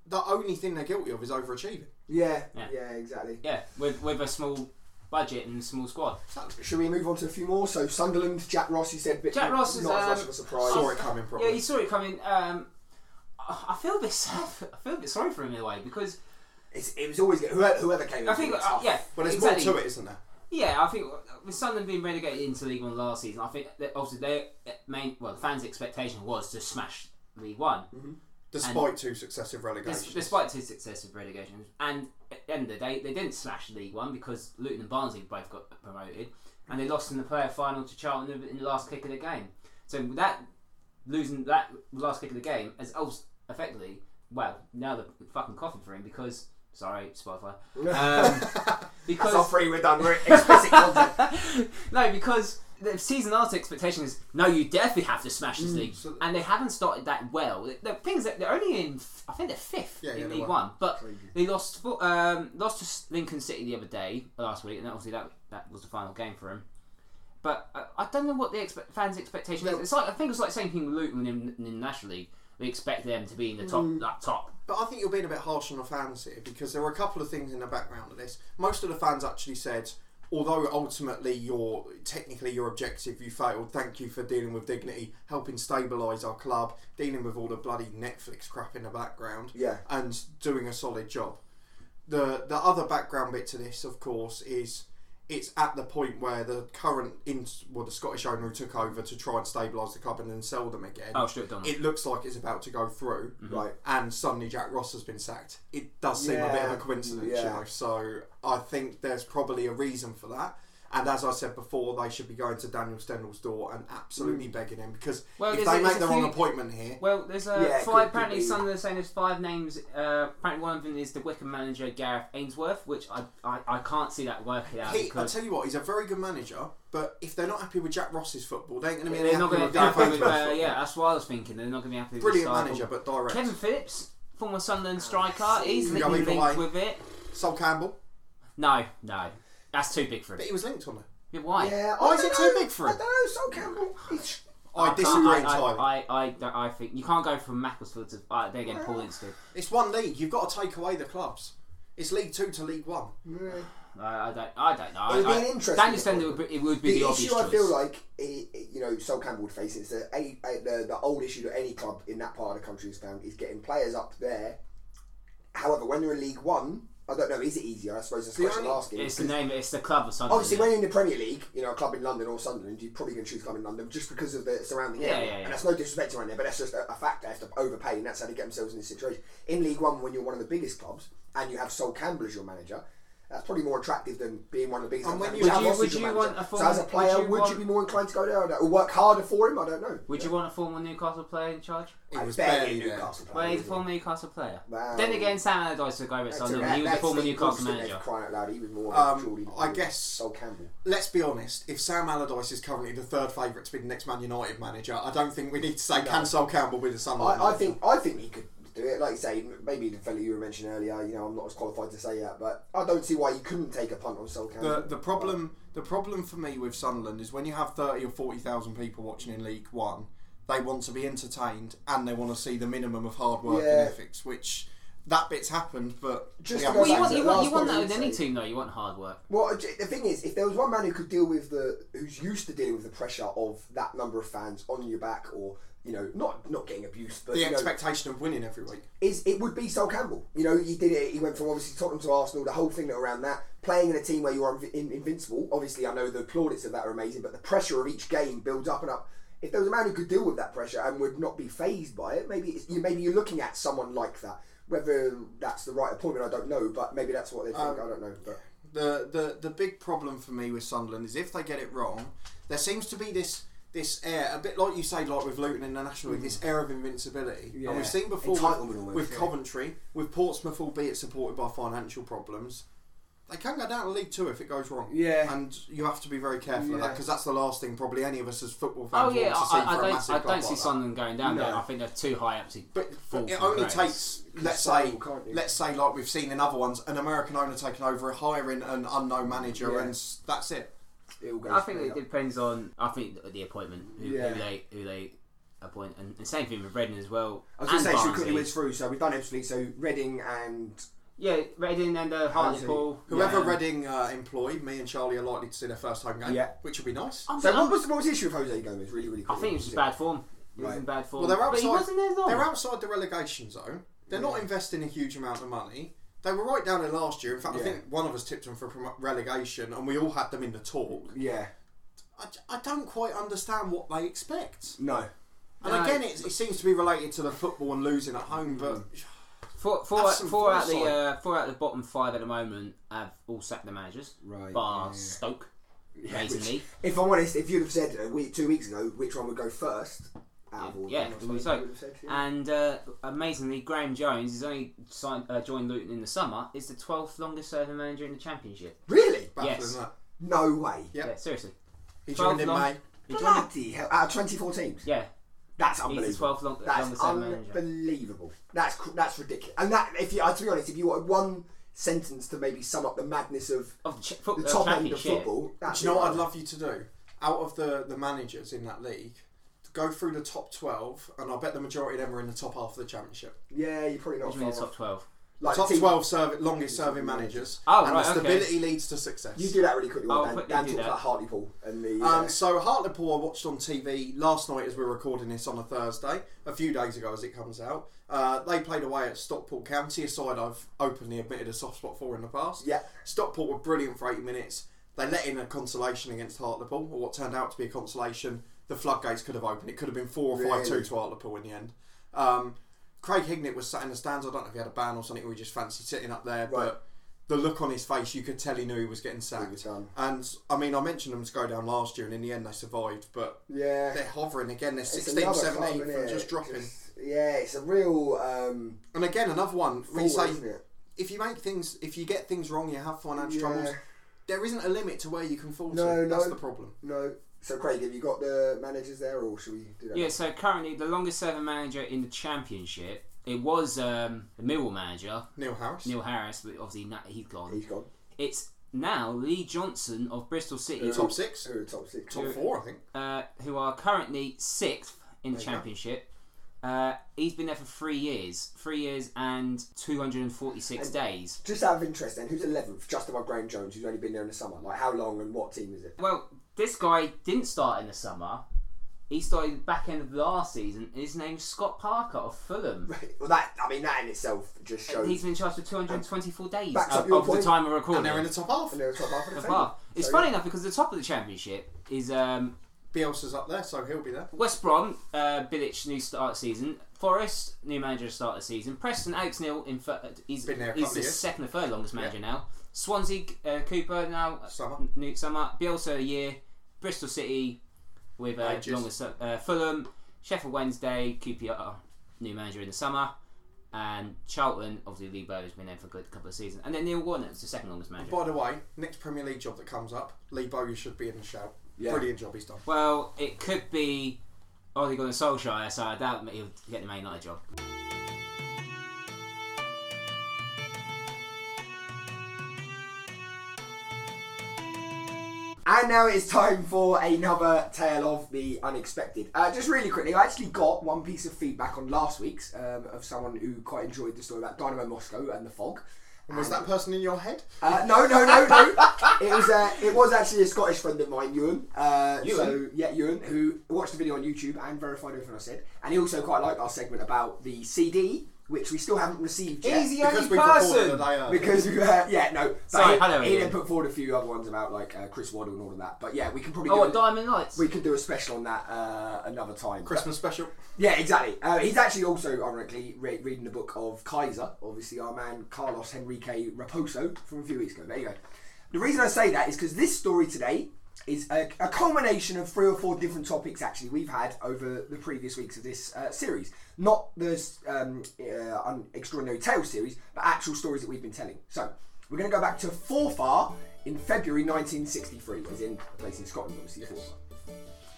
the only thing they're guilty of is overachieving. yeah, yeah, Yeah. exactly. Yeah, with with a small budget and small squad. Should we move on to a few more? So Sunderland, Jack Ross. He said, but Jack Ross is not as much um, of a surprise. Saw it coming, probably. Yeah, you saw it coming. Um, I I feel a bit sad. I feel a bit sorry for him in a way because It's, it was always good. Whoever, whoever came. in I think was uh, tough. yeah, But there's exactly. more to it, isn't there? Yeah, I think uh, with Sunderland being relegated into League One last season, I think that obviously their uh, main well the fans' expectation was to smash League One, Despite two successive relegations. Des- despite two successive relegations. And at the end of the day, they didn't smash League One because Luton and Barnsley both got promoted, and they lost in the player final to Charlton in the last kick of the game. So that losing that last kick of the game has also effectively well now the fucking coffin for him because sorry Spotify um, because Top three, we're done. We're explicit content. no, because the season art expectation is no, you definitely have to smash Mm, this league, and they haven't started that well. The- The things that they're only in, f- I think they're fifth Yeah, in yeah, they League were. One, but they lost fo- um, lost to S- Lincoln City the other day last week, and obviously that that was the final game for them. But uh, I don't know what the expe- fans' expectation is. It's like I think it's like the same thing with Luton in, in the National League. We expect them to be in the top, Mm. that top. But I think you're being a bit harsh on the fans here because there were a couple of things in the background of this. Most of the fans actually said, although ultimately your technically your objective you failed, thank you for dealing with dignity, helping stabilise our club, dealing with all the bloody Netflix crap in the background, Yeah. and doing a solid job. The the other background bit to this, of course, is it's at the point where the current in well the Scottish owner who took over to try and stabilise the club and then sell them again. Oh, Stuart Donald. It looks like it's about to go through Mm-hmm. Right. and suddenly Jack Ross has been sacked. It does seem a bit of Yeah, a coincidence, you yeah. know. So I think there's probably a reason for that. And as I said before, they should be going to Daniel Stendall's door and absolutely begging him because Mm. Well, if there's a- they make there's the a wrong few- appointment here, Well, there's uh, Yeah, it could- five. could Apparently, be. some of the saying there's five names. Uh, apparently, one of them is the Wickham manager Gareth Ainsworth, which I, I, I can't see that working out. he, I because tell you what, he's a very good manager. But if they're not happy with Jack Ross's football, they ain't going to be they're not going happy to with be Gareth happy with. Uh, Ainsworth's yeah, that's what I was thinking. They're not going to be happy with the Brilliant style. manager, but direct. Kevin Phillips, former Sunderland striker, he's You can go linked either linked way. with it. Sol Campbell, No, no, that's too big for but him. he was linked on it. Yeah, Why? Yeah, Why I is don't it too know. big for him? I don't know. Sol Campbell. he's- I, can't- disagree I, entirely. I, I, I, don't- I think you can't go from Macclesfield to. Uh, then again, Paul Ince did. it's one league. You've got to take away the clubs. It's League Two to League One. I, I don't. I don't know. I- It'd be I- an interesting Daniel Stendhal would be, it would be the, the obvious issue I choice. feel like eh, eh, you know Sol Campbell would face is that a, a, the the old issue that any club in that part of the country has found is getting players up there. However, when they're in League One, I don't know. Is it easier? I suppose that's the question I'm only- asking. it's the name. It's the club of Sunderland. Obviously, when you're in the Premier League, you know a club in London or Sunderland, you're probably going to choose a club in London just because of the surrounding Yeah, area. yeah, yeah. And that's no disrespect around there, but that's just a, a fact. They have to overpay, and that's how they get themselves in this situation. In League One, when you're one of the biggest clubs and you have Sol Campbell as your manager, that's probably more attractive than being one of the biggest. And when clubs. you- Jack would you- Ross is would your you manager. want a so as a former- player, would would you you, want- be more inclined to go there? I don't- or work harder for him? I don't know. Would you want a former Newcastle player in charge? It I was barely barely a there. Newcastle player. Well, he's a isn't he? former Newcastle player. Wow. Then again, Sam Allardyce took over at So Sunderland. that- he was a that's former the Newcastle constant manager. Crying out loud, he was more. Um, Geordie I than guess- Sol Campbell. let's be honest, if Sam Allardyce is currently the third favourite to be the next Man United manager, I don't think we need to say can Sol Campbell be the Sunderland I, I manager? think I think he could do it. Like you say, maybe the fellow you were mentioning earlier. You know, I'm not as qualified to say that, but I don't see why you couldn't take a punt on Sol Campbell. the the problem the problem for me with Sunderland is when you have thirty or forty thousand people watching in League One, they want to be entertained and they want to see the minimum of hard work Yeah. and ethics, which that bit's happened, but Just we to Well, haven't you go want, back seen it. to you the want, last you want one that you with any said. team, though. You want hard work. Well, the thing is, if there was one man who could deal with the who's used to dealing with the pressure of that number of fans on your back, or you know, not not getting abused, but the you know, expectation of winning every week. is it would be Sol Campbell. You know, he did it. He went from obviously Tottenham to Arsenal. The whole thing that around that, playing in a team where you are inv- in, invincible. Obviously, I know the plaudits of that are amazing, but the pressure of each game builds up and up. If there was a man who could deal with that pressure and would not be phased by it, maybe it's, you maybe you're looking at someone like that. Whether that's the right appointment, I don't know, but maybe that's what they think. Um, I don't know. But the, the the big problem for me with Sunderland is if they get it wrong, there seems to be this this air, a bit like you say, like with Luton in the National League, this Mm. air of invincibility. And we've seen before Entitlement with, almost, with yeah. Coventry, with Portsmouth, albeit supported by financial problems, they can go down to League Two if it goes wrong. Yeah. and you have to be very careful of that because that's the last thing probably any of us as football Oh fans yeah, want to see I, I for a don't, massive I club don't see like that. Sunderland going down there. No. I think they're too high up to. But fall it from only grace. takes, let's Console, say, can't you? let's say, like we've seen in other ones, an American owner taking over, hiring an unknown manager, Yeah. and s- that's it. it all goes. I think straight it up. depends on. I think the appointment who, Yeah. who they who they appoint, and the same thing with Redden as well. I was going to say, and should we quickly Barnsley. whiz through? So we've done Ebbsfleet, so Reading and Yeah, Redden and uh, Hartlepool. Whoever yeah. Reading uh, employed, me and Charlie are likely to see their first home game, Yeah. which would be nice. I'm- so I'm- what was what was the issue with Jose Gomez? Really, really. I quickly, think it was what just bad form. It was Right. in bad form. Well, they're but he outside. wasn't there long. They're outside the relegation zone. They're not investing a huge amount of money. They were right down there last year. In fact, I Yeah. think one of us tipped them for promo- relegation, and we all had them in the talk. Yeah. I, j- I don't quite understand what they expect. No. And No. again, it, it seems to be related to the football and losing at home. But Mm. Four, four, That's some four out the foresight. uh, four out the bottom five at the moment have all sacked their managers. Right, Bar yeah, yeah. Stoke, Yeah, which- amazingly. if I'm honest, if you'd have said a week, two weeks ago, which one would go first? Out of all Yeah, of it them, was I so. suppose, you would have said, yeah. And uh, amazingly, Graham Jones has only signed, uh, joined Luton in the summer. Is the twelfth longest serving manager in the Championship. really? baffling Yes. that. No way. Yep. Yeah, seriously. He 12 joined in long- May. He joined- Bloody hell! Out of 24 teams, Yeah, he's that's the unbelievable. twelfth long, That's longest serving manager. unbelievable. That's cr- that's ridiculous. And that, if you, uh, to be honest, if you wanted one sentence to maybe sum up the madness of Of ch- foot- the uh, top end of Championship. football, that's Do you know what I'd love you to do? Out of the, the managers in that league, go through the top 12, and I bet the majority of them are in the top half of the championship. Yeah, you're probably not What do you mean far the top off. twelve? Like top team- 12 serv- longest serving managers. Oh, and right, the okay. stability leads to success. You do that really quickly. Oh, I'll while Dan, quickly Dan do talks that. about Hartlepool and the. Um, uh, so Hartlepool I watched on TV last night as we were recording this on a Thursday, a few days ago as it comes out. Uh, they played away at Stockport County, a side I've openly admitted a soft spot for in the past. Yeah. Stockport were brilliant for 80 minutes. They let in a consolation against Hartlepool, or what turned out to be a consolation. The floodgates could have opened. It could have been 4 or 5 2 Really? to Hartlepool in the end. Um, Craig Hignett was sat in the stands. I don't know if he had a ban or something, or he just fancied sitting up there. But the look on his face, you could tell he knew he was getting sacked. was done. And I mean, I mentioned them to go down last year, and in the end, they survived. But yeah. they're hovering again. They're It's 16, another 17, club, and innit? just dropping. Just- yeah, it's a real. Um, And again, another one. We forward, say isn't it? if you make things, if you get things wrong, you have financial Yeah. troubles. There isn't a limit to where you can fall No, to. That's no. the problem. No. So Craig, have you got the managers there, or should we do that? Yeah, so currently the longest serving manager in the championship. It was um, the Millwall manager Neil Harris. Neil Harris, but obviously na- he's gone. He's gone. It's now Lee Johnson of Bristol City, Top six, Who are the top six? top four, I think. uh, who are currently sixth in the There you go. championship. Uh, he's been there for three years, three years and 246 days. Just out of interest, then, who's eleventh? Just above Graham Jones, who's only been there in the summer. Like, how long and what team is it? Well, this guy didn't start in the summer. He started back end of last season. and His name's Scott Parker of Fulham. Well, that I mean, that in itself just shows. He's been charged with 224 days Backs up of, your of the point. time of recording. And they're in the top half. and they're top half of the Of table. half. It's So, funny enough because the top of the championship is um, Bielsa's up there, so he'll be there. West Brom, uh, Bilic, new start season. Forest, new manager to start the season. Preston, Alex Neil, in third. He's, Been there a he's couple the of years. second or third longest manager now. Swansea, uh, Cooper now. uh, Summer. n- New summer. Bielsa a year. Bristol City with uh, Ages. longest. Uh, Fulham, Sheffield Wednesday, QPR, new manager in the summer. And Charlton, obviously Lee Bowes has been there for a good couple of seasons. And then Neil Warner is the second longest manager. By the way, next Premier League job that comes up, Lee Bowyer should be in the shout. Yeah. Brilliant job he's done. Well, it could be Ole Gunnar Solskjaer, so I doubt he'll get the Man United job. And now it's time for another tale of the unexpected. Uh, just really quickly, I actually got one piece of feedback on last week's um, of someone who quite enjoyed the story about Dynamo Moscow and the fog. And was that person in your head? Uh, no, no, no, no. It was uh, it was actually a Scottish friend of mine, Ewan. Uh, So Ewan? yeah, Ewan, who watched the video on YouTube and verified everything I said, and he also quite liked our segment about the CD, which we still haven't received yet. Easy Because Only we've recorded person. the day early. Because uh, yeah, no. but Sorry, he, hello, he then Ewan. put forward a few other ones about like uh, Chris Waddle and all of that. But yeah, we can probably Oh, do what, a- Diamond Lights? we can do a special on that uh, another time. But- Christmas special. yeah, exactly. Uh, he's actually also, ironically, re- reading the book of Kaiser, obviously our man Carlos Henrique Raposo from a few weeks ago. There you go. The reason I say that is because this story today is a, a culmination of three or four different topics actually we've had over the previous weeks of this uh, series. Not the um, uh, un- Extraordinary Tales series, but actual stories that we've been telling. So we're going to go back to Forfar in February 1963, as in a place in Scotland, obviously, Forfar.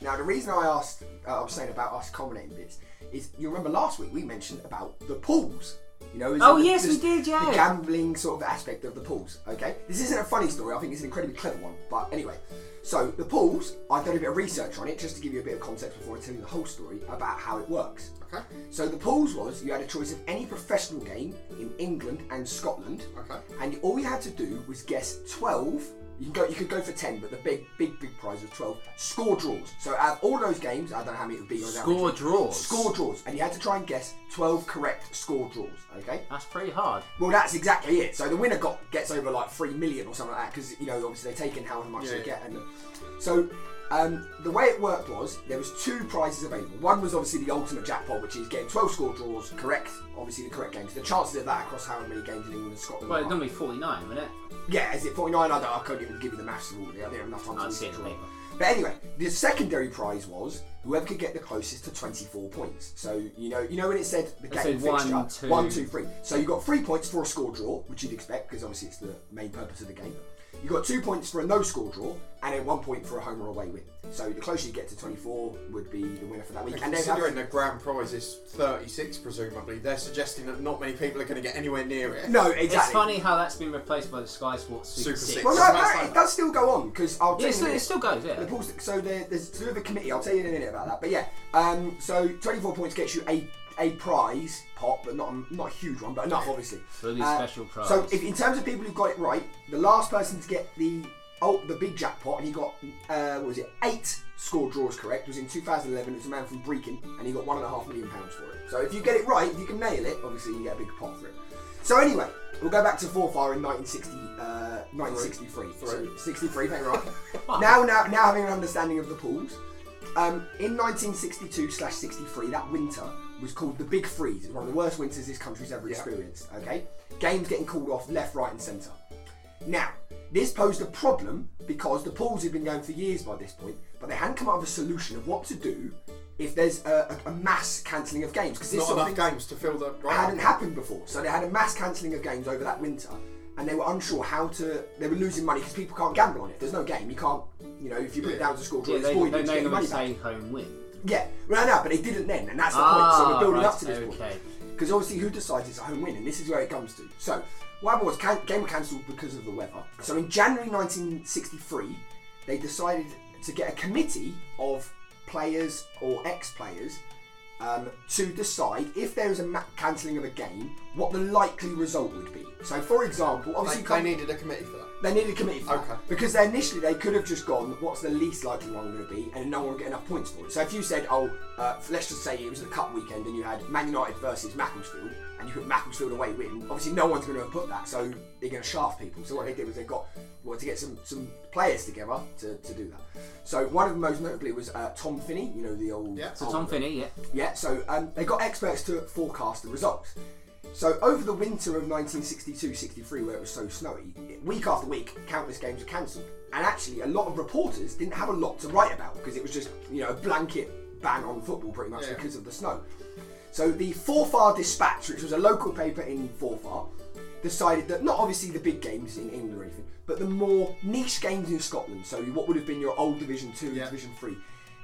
Now, the reason I asked, uh, I was saying about us culminating bits, is you remember last week we mentioned about the pools. You know, as Oh, in the- yes, we just did, yeah. The gambling sort of aspect of the pools, okay? This isn't a funny story, I think it's an incredibly clever one, but anyway. So the pools, I've done a bit of research on it just to give you a bit of context before I tell you the whole story about how it works. Okay. So the pools was you had a choice of any professional game in England and Scotland. Okay. And all you had to do was guess twelve. You can go. You could go for ten, but the big, big, big prize was twelve score draws. So out of all those games, I don't know how many it would be. on Score average. draws? Score draws, and you had to try and guess twelve correct score draws. Okay. That's pretty hard. Well, that's exactly it. So the winner got gets over like three million or something like that because you know obviously they take in however much they yeah. get. And so um, the way it worked was there was two prizes available. One was obviously the ultimate jackpot, which is getting twelve score draws correct, obviously the correct games. The chances of that across how many games in England and Scotland. Well, are. it's normally 49, wouldn't it? Yeah, is it 49? I, don't, I couldn't even give you the maths of all the I didn't have enough time to I'd see it research all later. that. But anyway, the secondary prize was whoever could get the closest to 24 points. So you know, you know when it said the game said one, fixture, two- one, two, three. So you got three points for a score draw, which you'd expect because obviously it's the main purpose of the game. You got two points for a no score draw, and then one point for a home or away win. So the closer you get to 24 would be the winner for that week. And And then considering the grand prize is 36, presumably, they're suggesting that not many people are going to get anywhere near it. no, exactly. It's funny how that's been replaced by the Sky Sports Super, Super Six. Six. Well, no, Smash no, like it that. does still go on because I'll. Yeah, it still, tell you- it still goes, yeah. The Bulls- so there, there's sort of a committee. I'll tell you in a minute about that. But yeah, um, so 24 points gets you a a prize pot, but not a, not a huge one, but enough obviously. Really special prize. Uh, So if, in terms of people who got it right, the last person to get the oh the big jackpot and he got uh, what was it eight score draws correct was in 2011. It was a man from Brecon and he got one and a half million pounds for it. So if you get it right, if you can nail it, obviously you get a big pot for it. So anyway, we'll go back to Forfire in 1960, uh, 1963. So 63, thank you, Ryan. now, now, now having an understanding of the pools, um, in 1962 slash 63, that winter was called the Big Freeze. It's one of the worst winters this country's ever experienced. Okay, games getting called off left, right, and centre. Now, this posed a problem because the pools had been going for years by this point, but they hadn't come up with a solution of what to do if there's a, a, a mass cancelling of games because this Not sort of enough thing- games to fill the. Right. hadn't happened before. So they had a mass cancelling of games over that winter, and they were unsure how to. They were losing money because people can't gamble on it. There's no game. You can't. You know, if you put it down to score draw, yeah, it's they, void. they you just get made them your money say back. home win. Yeah, well, no, but they didn't then, and that's the point. So Ah, we're building right, up to this okay. point. Because obviously, who decides it's a home win, and this is where it comes to. So, what happened was, can- game were cancelled because of the weather. So, in January 1963, they decided to get a committee of players or ex-players um, to decide if there is a ma- cancelling of a game, what the likely result would be. So, for example, obviously, They, you they can't- needed a committee for that. they needed a committee for Okay. that. Because they initially they could have just gone, what's the least likely one going to be, and no one would get enough points for it. So if you said, oh, uh, let's just say it was the cup weekend and you had Man United versus Macclesfield, and you put Macclesfield away win, obviously no one's going to have put that, so they're going to shaft people. So what they did was they got well to get some some players together to, to do that. So one of them most notably was uh, Tom Finney, you know the old uh, Yeah. So Tom Finney, yeah. yeah, so um, they got experts to forecast the results. So over the winter of 1962-63, where it was so snowy, week after week, countless games were cancelled. And actually, a lot of reporters didn't have a lot to write about because it was just you know a blanket ban on football pretty much Yeah. because of the snow. So the Forfar Dispatch, which was a local paper in Forfar, decided that not obviously the big games in England or anything, but the more niche games in Scotland. So what would have been your old Division Two, Yeah. Division Three,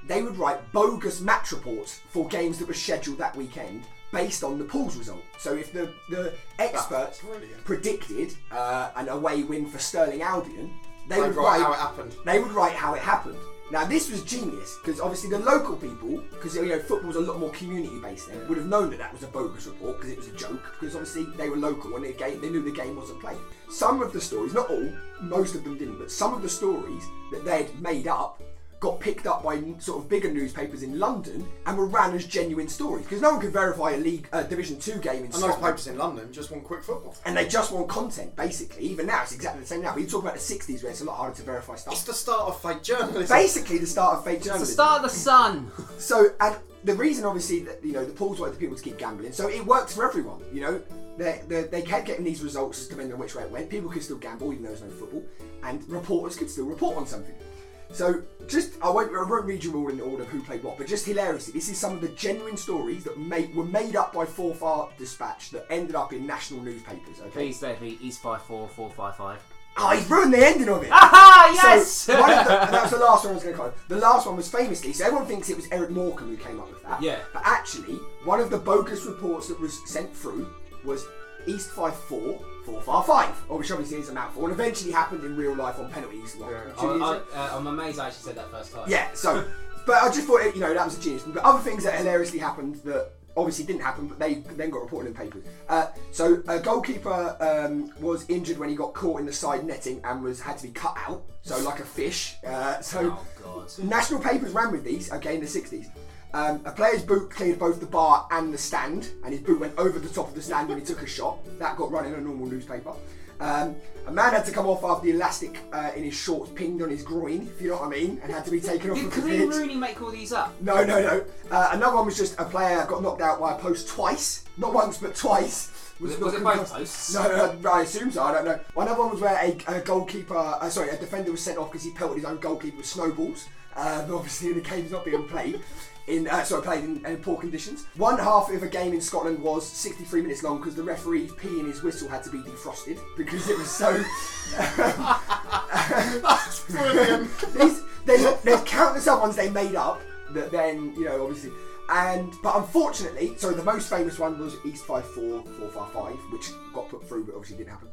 they would write bogus match reports for games that were scheduled that weekend based on the pools result. So if the the experts brilliant. predicted uh, an away win for Sterling Albion, they They would write write how it happened. they would write how it happened. Now this was genius because obviously the local people, because you know football's a lot more community based, then would have known that that was a bogus report because it was a joke. Because obviously they were local and the game, they knew the game wasn't played. Some of the stories, not all, most of them didn't, but some of the stories that they'd made up got picked up by n- sort of bigger newspapers in London and were ran as genuine stories because no one could verify a league, a Division Two game in And those Scotland papers in London just want quick football. and they just want content basically. Even now, it's exactly the same now. But you talk about the 60s where it's a lot harder to verify It's stuff. the start of fake journalism. Basically, the start of fake The journalism. Star of the Sun. So, and the reason obviously that you know the pools wanted the people to keep gambling, so it worked for everyone. You know, they they, they kept getting these results depending on which way it went. People could still gamble even though there was no football, and reporters could still report on something. So, just I won't, I won't read you all in the order of who played what, but just hilariously, this is some of the genuine stories that made, were made up by Forfar Dispatch that ended up in national newspapers. Okay, Please let me East 54455. Oh, he's ruined the ending of it. Aha, So, yes! one of the- and that was the last one I was going to call. The last one was famously, so everyone thinks it was Eric Morecambe who came up with that. Yeah. But actually, one of the bogus reports that was sent through was East 5 4 four far five, or which obviously is a mouthful, and eventually happened in real life on penalties. Like, Yeah. two years ago. uh, I'm amazed I actually said that first time. Yeah, so, but I just thought, you know, that was a genius. But other things that hilariously happened that obviously didn't happen, but they then got reported in the papers. Uh, so, a goalkeeper um, was injured when he got caught in the side netting and was had to be cut out, so like a fish. Uh, so, Oh, God. national papers ran with these, okay, in the 60s. Um, a player's boot cleared both the bar and the stand, and his boot went over the top of the stand when he took a shot. That got run in a normal newspaper. Um, a man had to come off after the elastic uh, in his shorts pinged on his groin, if you know what I mean, and had to be taken off Did of the Colleen pitch. Rooney make all these up? No, no, no. Uh, another one was just a player got knocked out by a post twice. Not once, but twice. Was it- was it knocked both out- posts? No, no, no, I assume so. I don't know. Another one was where a, a goalkeeper, uh, sorry, a defender was sent off because he pelted his own goalkeeper with snowballs. Uh, but obviously, the game's not being played. In, uh, sorry, played in, in poor conditions. One half of a game in Scotland was 63 minutes long because the referee's pee in his whistle had to be defrosted because it was so That's brilliant. there's, there's, there's countless other ones they made up that then you know obviously and but unfortunately so the most famous one was east 54455 which got put through but obviously didn't happen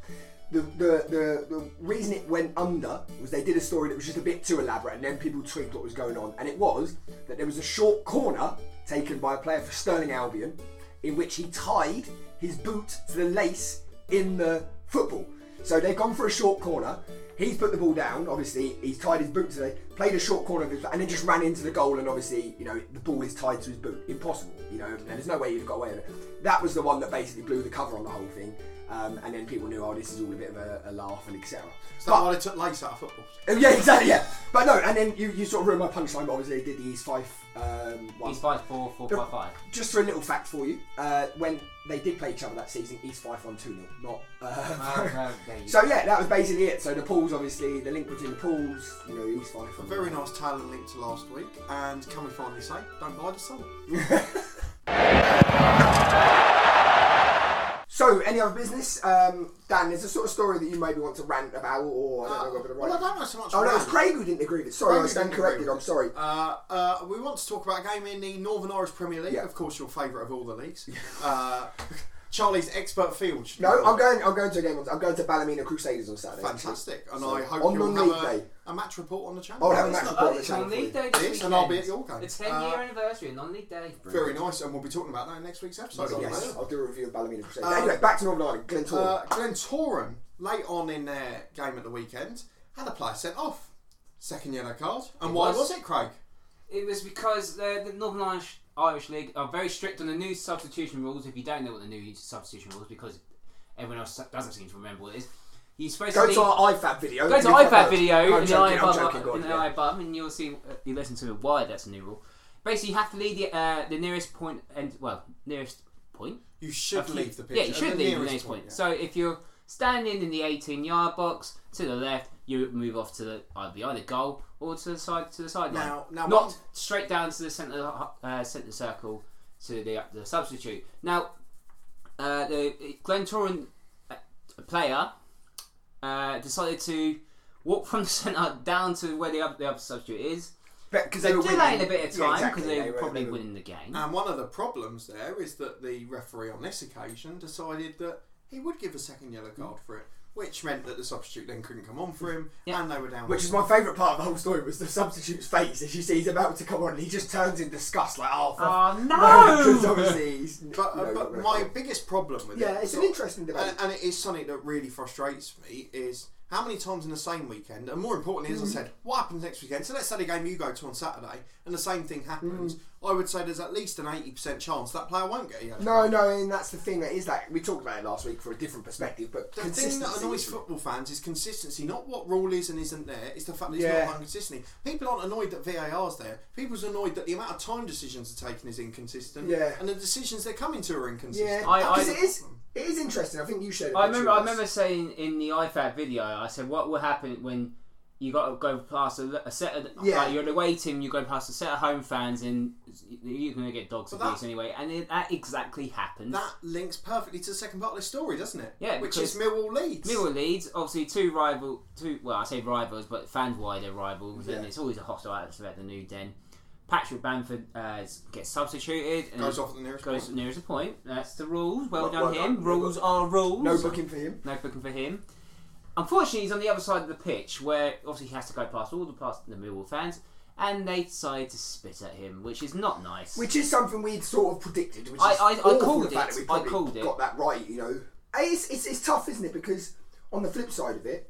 the, the, the, the reason it went under was they did a story that was just a bit too elaborate and then people tweaked what was going on and it was that there was a short corner taken by a player for Sterling Albion in which he tied his boot to the lace in the football so they've gone for a short corner He's put the ball down. Obviously, he's tied his boot today. Played a short corner of his, and then just ran into the goal. And obviously, you know, the ball is tied to his boot. Impossible. You know, and there's no way you'd have got away with it. That was the one that basically blew the cover on the whole thing. Um, and then people knew, oh, this is all a bit of a, a laugh and etc. Is that why they took lace out of football? Uh, Yeah, exactly. Yeah, but no. And then you, you sort of ruined my punchline. But obviously, they did the East Five. Um, one. He's five four four five five. Just for a little fact for you, uh, when they did play each other that season, East Five won two 0 not. Uh, Uh, there you So yeah, that was basically it. So the pools, obviously, the link between the pools, you know, East Fife. A very nice tale and link to last week. And can we finally say, don't buy the sun? So, any other business? Um, Dan, there's a sort of story that you maybe want to rant about, or I don't know whether to well, I write. don't know so much. Oh no, it's about it. Craig who didn't agree with it. Sorry, Craig I who stand didn't agree corrected. with I'm sorry. Uh, uh, we want to talk about a game in the Northern Irish Premier League, Yeah. of course, your favourite of all the leagues. uh, Charlie's expert field. should No, we call I'm it? going. I'm going to a game. On, I'm going to Ballymena Crusaders on Saturday. Fantastic, and So, I hope on you'll non-league have a, day. a match report on the channel. I'll have a go. match Oh, report it's this on weekend league for you. day this It is, and I'll be at weekend. your game. The 10 year Uh, anniversary, non league day. Very nice, and we'll be talking about that in next week's episode. I Yes, imagine. I'll do a review of Ballymena Crusaders. Um, anyway, back to Northern Ireland, Glentoran. Uh, Glentoran, late on in their game at the weekend, had a player sent off. Second yellow card. And It why was. was it, Craig? It was because the, the Northern Irish, Irish League are very strict on the new substitution rules. If you don't know what the new substitution rules, because everyone else doesn't seem to remember what it is, you're supposed go to to our iPad video. go to You've got iPad that. video No, I'm in the joking, I'm iPad joking, go on, in the yeah. iPad, and you'll see uh, you listen to why that's a new rule. Basically, you have to leave the uh, the nearest point and well nearest point. You should Have leave the pitch. Yeah, you at should the leave the nearest nearest point. yeah. So if you're standing in the 18 yard box to the left, you move off to the either the other goal or to the side to the sideline. Now- now not what- straight down to the center uh, center circle to the uh, the substitute. Now, uh, the Glentoran uh, player uh, decided to walk from the center down to where the other, the other substitute is. Because they They're were delaying a winning. bit of Yeah, time because exactly, they were were- probably were- winning the game. And one of the problems there is that the referee on this occasion decided that he would give a second yellow Hmm. card for it, which meant that the substitute then couldn't come on for him, Yeah. and they were down. Which is my favourite part of the whole story was the substitute's face as you see he's about to come on and he just turns in disgust like oh for Oh, no! because obviously he's But, you uh, know, but not my really- biggest problem with it, yeah it's an sort of- interesting debate and, and it is something that really frustrates me, is how many times in the same weekend, and more importantly, Hmm. as I said, what happens next weekend? So let's say the game you go to on Saturday, and the same Hmm. thing happens. I would say there's at least an eighty percent chance that player won't get a yellow. no no and that's the thing that is like we talked about it last week for a different perspective but The thing consistency that annoys is- football fans is consistency, not what rule is and isn't there. It's the fact that it's Yeah. not done consistently. People aren't annoyed that VAR's there. People's annoyed that the amount of time decisions are taken is inconsistent. Yeah. And the decisions they're coming to are inconsistent. yeah I- I- because it is it is interesting I think you shared it I with remember, I us. remember saying in the IFAB video, I said, "What will happen when you got to go past a, a set of Yeah. like you're an away team, you go past a set of home fans, and you're going to get dogs But abuse that- anyway." And it, that exactly happened. That links perfectly to the second part of the story, doesn't it? Yeah, Which because is Millwall Leeds. Millwall Leeds, obviously two rival, two well, I say rivals, but fan wider rivals, Yeah. and it's always a hostile atmosphere at the new den. Patrick Bamford uh, gets substituted and Goes off at the nearest goes point. nearest point. That's the rules. Well, Well- done, well him. done. Rules are rules. No booking for him. No booking for him. Unfortunately, he's on the other side of the pitch where obviously he has to go past all the past the Millwall fans, and they decide to spit at him, which is not nice. Which is something we'd sort of predicted. Which I- is I- I awful, called the fact it. That we I probably called it. Got that right, you know. It's, it's it's tough, isn't it? Because on the flip side of it,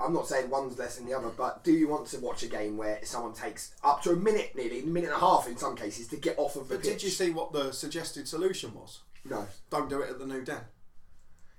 I'm not saying one's less than the other, but do you want to watch a game where someone takes up to a minute, nearly a minute and a half in some cases, to get off of the But pitch? did you see what the suggested solution was? No. Don't do it at the new den.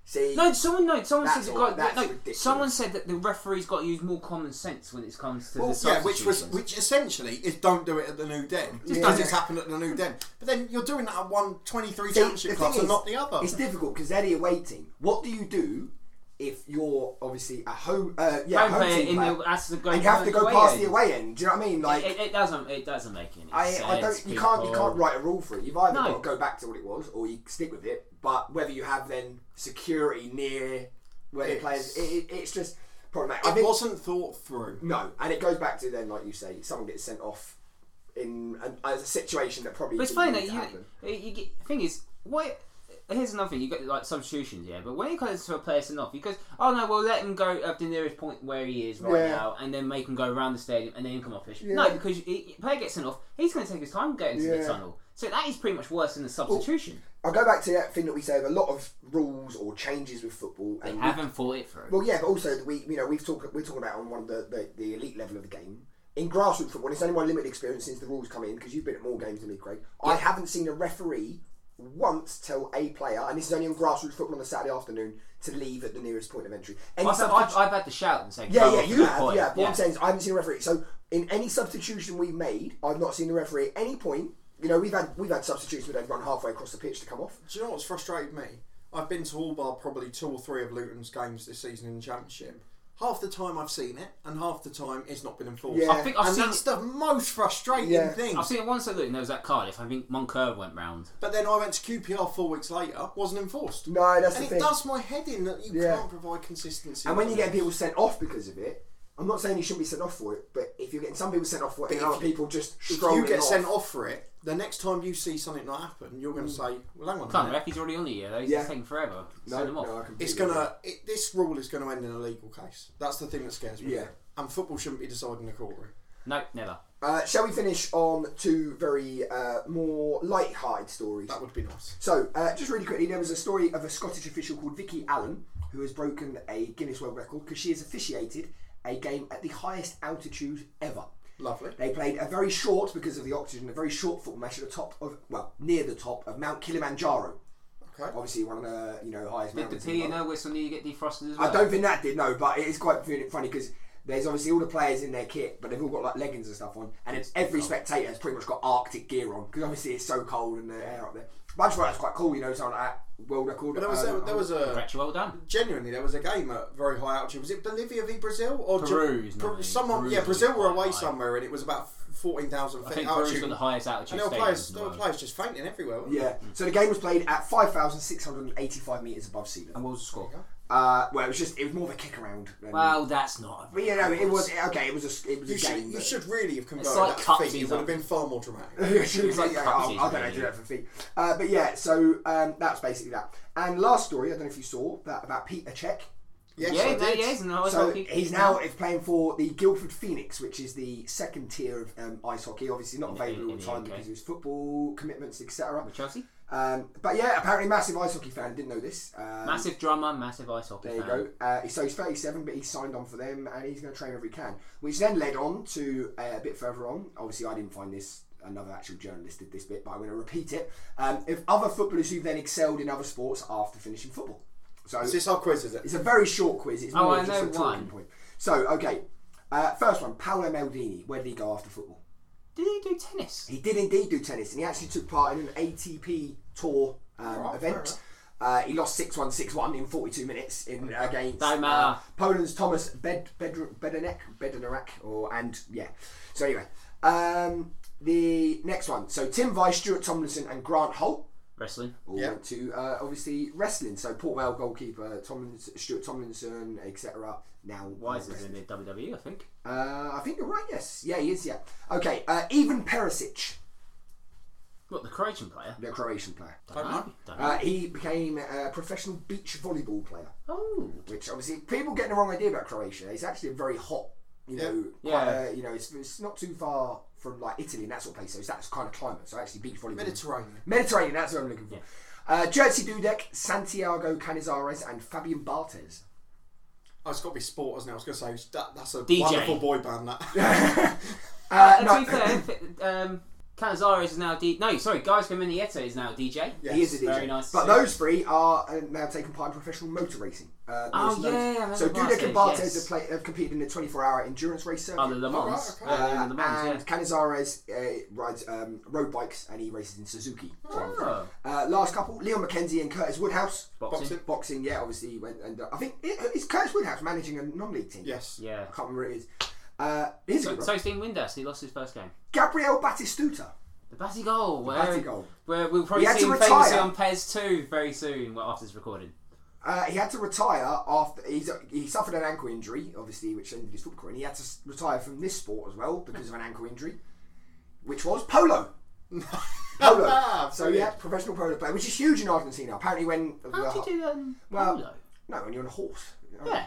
See. no, someone no, someone That's says it all- got, that's no, ridiculous. someone said that the referee's got to use more common sense when it comes to the yeah, which was substitutions. which essentially is don't do it at the new den. Just Yeah. does it's happen at the new den. But then you're doing that at one 23 See, championship clubs and is, not the other. It's difficult because they're the away team. What do you do if you're obviously a home, uh, yeah, Home home player team in player, the- has to go and you have to to the go away past end. the away end? Do you know what I mean? Like, it, it doesn't it doesn't make any I, sense. I don't. You can't. You people. can't write a rule for it. You've either No. got to go back to what it was, or you stick with it. But whether you have then security near where the It's- players, it, it, it's just problematic. I it think- wasn't thought through. no, and it goes back to then, like you say, someone gets sent off in an, as a situation that probably. But it's didn't funny need that to you, happen. you, you get, thing is, what here's another thing you get like substitutions, yeah. But when it comes to a player sent off, he goes, "Oh no, well let him go up the nearest point where he is right Yeah. now, and then make him go around the stadium, and then come off." No, Yeah. because he, player gets sent off, he's going to take his time getting to Yeah. the tunnel. So that is pretty much worse than the substitution. I'll go back to that thing that we say of a lot of rules or changes with football. they and we haven't thought it through. Well, yeah, but also that we, you know, we've talked, we're talking about on one of the, the, the elite level of the game. In grassroots football, and it's only my limited experience since the rules come in because you've been at more games than me, Craig. I haven't seen a referee once tell a player, and this is only on grassroots football on a Saturday afternood, to leave at the nearest point of entry. Any I've, substitu- I've, I've had to shout and say, yeah, "Go yeah, off you that have, point." yeah. But what I'm saying is, I haven't seen a referee. So in any substitution we've made, I've not seen the referee at any point. You know, we've had we've had substitutions where they've run halfway across the pitch to come off. Do you know what's frustrated me? I've been to all bar probably two or three of Luton's games this season in the championship. Half the time I've seen it, and half the time it's not been enforced. Yeah. I think I've and seen that's it- the most frustrating Yeah. thing. I've seen it once at Luton. There was that Cardiff. I think Moncur went round. But then I went to QPR four weeks later, wasn't enforced. No, that's and the it thing. does my head in that you Yeah. can't provide consistency. And when you get people sent off because of it, I'm not saying you shouldn't be sent off for it, but if you're getting some people sent off for it and if other you- people just if strolling you get off, Mm. sent off for it, the next time you see something like happen, you're going to say, "Well, hang on a Come, minute." Refi's already on the year though. He's Yeah. taking forever. no, Send him off. no, I completely It's agree. gonna. It, this rule is going to end in a legal case. That's the thing that scares me. Yeah. And football shouldn't be decided in a courtroom. no, never. Uh, shall we finish on two very uh, more light-hearted stories? That would be nice. So, uh, just really quickly, there was a story of a Scottish official called Vicky Allen who has broken a Guinness World Record because she has officiated a game at the highest altitude ever. Lovely. They played a very short, because of the oxygen, a very short football match at the top of, well, near the top of Mount Kilimanjaro. Okay. Oh, Obviously, one of the you know highest The mountains. in the P world. and O whistle need to get defrosted as well. I don't think that did no, but it is quite fu- funny because there's obviously all the players in their kit, but they've all got like leggings and stuff on, and then every Oh. spectator has pretty much got Arctic gear on because obviously it's so cold and the air up there. But I just thought that's quite cool, you know, something like that world record. But there was uh, um, a, there was a Congrats, you well done. genuinely there was a game at very high altitude. Was it Bolivia v Brazil or Ja- Peru is Peru- normally- someone? Peru yeah, is Brazil were quite away high. somewhere and it was about fourteen thousand I feet think Peru's altitude. got the highest altitude and there were stadium players, in the there were world. players just fainting everywhere. Weren't yeah. So the game was played at five thousand six hundred and eighty-five meters above sea And level. what was the score? Uh, well, it was just it was more of a kick around. Than, Well, that's not. A but you know, it was okay. It was a it was You a should, game. you but- should really have converted It's like that cups feat. It these would are- have been far more dramatic. Yeah, she was It's like like, yeah, I'll- cup I don't know, season, do that for feet. Uh, but yeah, so um, that's basically that. And last story, I don't know if you saw that about Peter Cech. Yes, yeah, I there did. he is. And I was So lucky. he's now if playing for the Guildford Phoenix, which is the second tier of um, ice hockey. Obviously, not available all in the the E time UK. because of his football commitments, etc. With Chelsea. Um, but yeah, apparently, massive ice hockey fan. Didn't know this. Um, Massive drummer, massive ice hockey There you fan. go. Uh, so he's 37, but he's signed on for them, and he's going to train wherever he can. Which then led on to uh, a bit further on. Obviously, I didn't find this. Another actual journalist did this bit, but I'm going to repeat it. Um, if other footballers who then excelled in other sports after finishing football. So Is this our quiz? Is it? it's a very short quiz. It's Oh, more I just know a talking one. point. So okay, uh, first one. Paolo Maldini. Where did he go after football? Did he do tennis? He did indeed do tennis, and he actually took part in an ATP tour um, Right, fair event. enough. Uh, he lost 6 1 6 1 in 42 minutes in against Don't uh, matter. Poland's Thomas Bed, Bed, Bedenek, Bednarik, or and yeah. So, anyway, um, the next one. So, Tim Weiss, Stuart Tomlinson, and Grant Holt wrestling. Or Yeah. went to uh, obviously wrestling. So Port Vale goalkeeper Tomlinson, Stuart Tomlinson, etc. Now Why uh, is it in the WWE? I think. Uh, I think you're right. Yes, yeah, he is. Yeah. Okay. Uh, Ivan Perisic, What the Croatian player? the Croatian player. Don't know. Don't know. Uh, he became a professional beach volleyball player, oh, which obviously people get the wrong idea about Croatia. It's actually a very hot, you know, quite, Yeah. uh, you know, it's, it's not too far from like Italy and that sort of place. So it's that kind of climate. So actually, beach volleyball, Mediterranean. Mediterranean. That's what I'm looking for. Uh, Jerzy Dudek, Santiago Canizares, and Fabian Barthez. Oh, it's got to be sport, isn't it? I was going to say that, that's a DJ. wonderful boy band. That Uh, And no, to be fair, fi- um, Canizares is now D. No, sorry, Guys Nieto is now DJ. Yeah. he is a DJ. Very nice. But those three are uh, now taking part in professional motor racing. Uh, Oh, those- yeah, I remember So Dudek and Barthez, Bartez yes. have, play, have competed in the 24-hour endurance race circuit. Oh, the Le Mans. okay. Uh, Uh, the Le and Mans, yeah. Canizares uh, rides um, road bikes and he races in Suzuki. Oh, Uh, last couple, Leon McKenzie and Curtis Woodhouse. boxing. boxing. Boxing, yeah, obviously. he Went and uh, I think it, it's Curtis Woodhouse managing a non-league team. yes. Yeah. I can't remember who it is. Uh, here's a So, good so one. it's Dean Windass. He lost his first game. Gabriel Batistuta. The Batty goal. Where, Batty goal. Where we'll probably He had see to him famously retire. on Pez 2 very soon well, after this recording. Uh, he had to retire after he's, he suffered an ankle injury, obviously, which ended his football career. And he had to s- retire from this sport as well because of an ankle injury, which was polo. Ah, polo. so yeah, Brilliant. professional polo player, which is huge in Argentina. Apparently, when How did you do um, that in Well, polo? no, when you're on a horse, Yeah.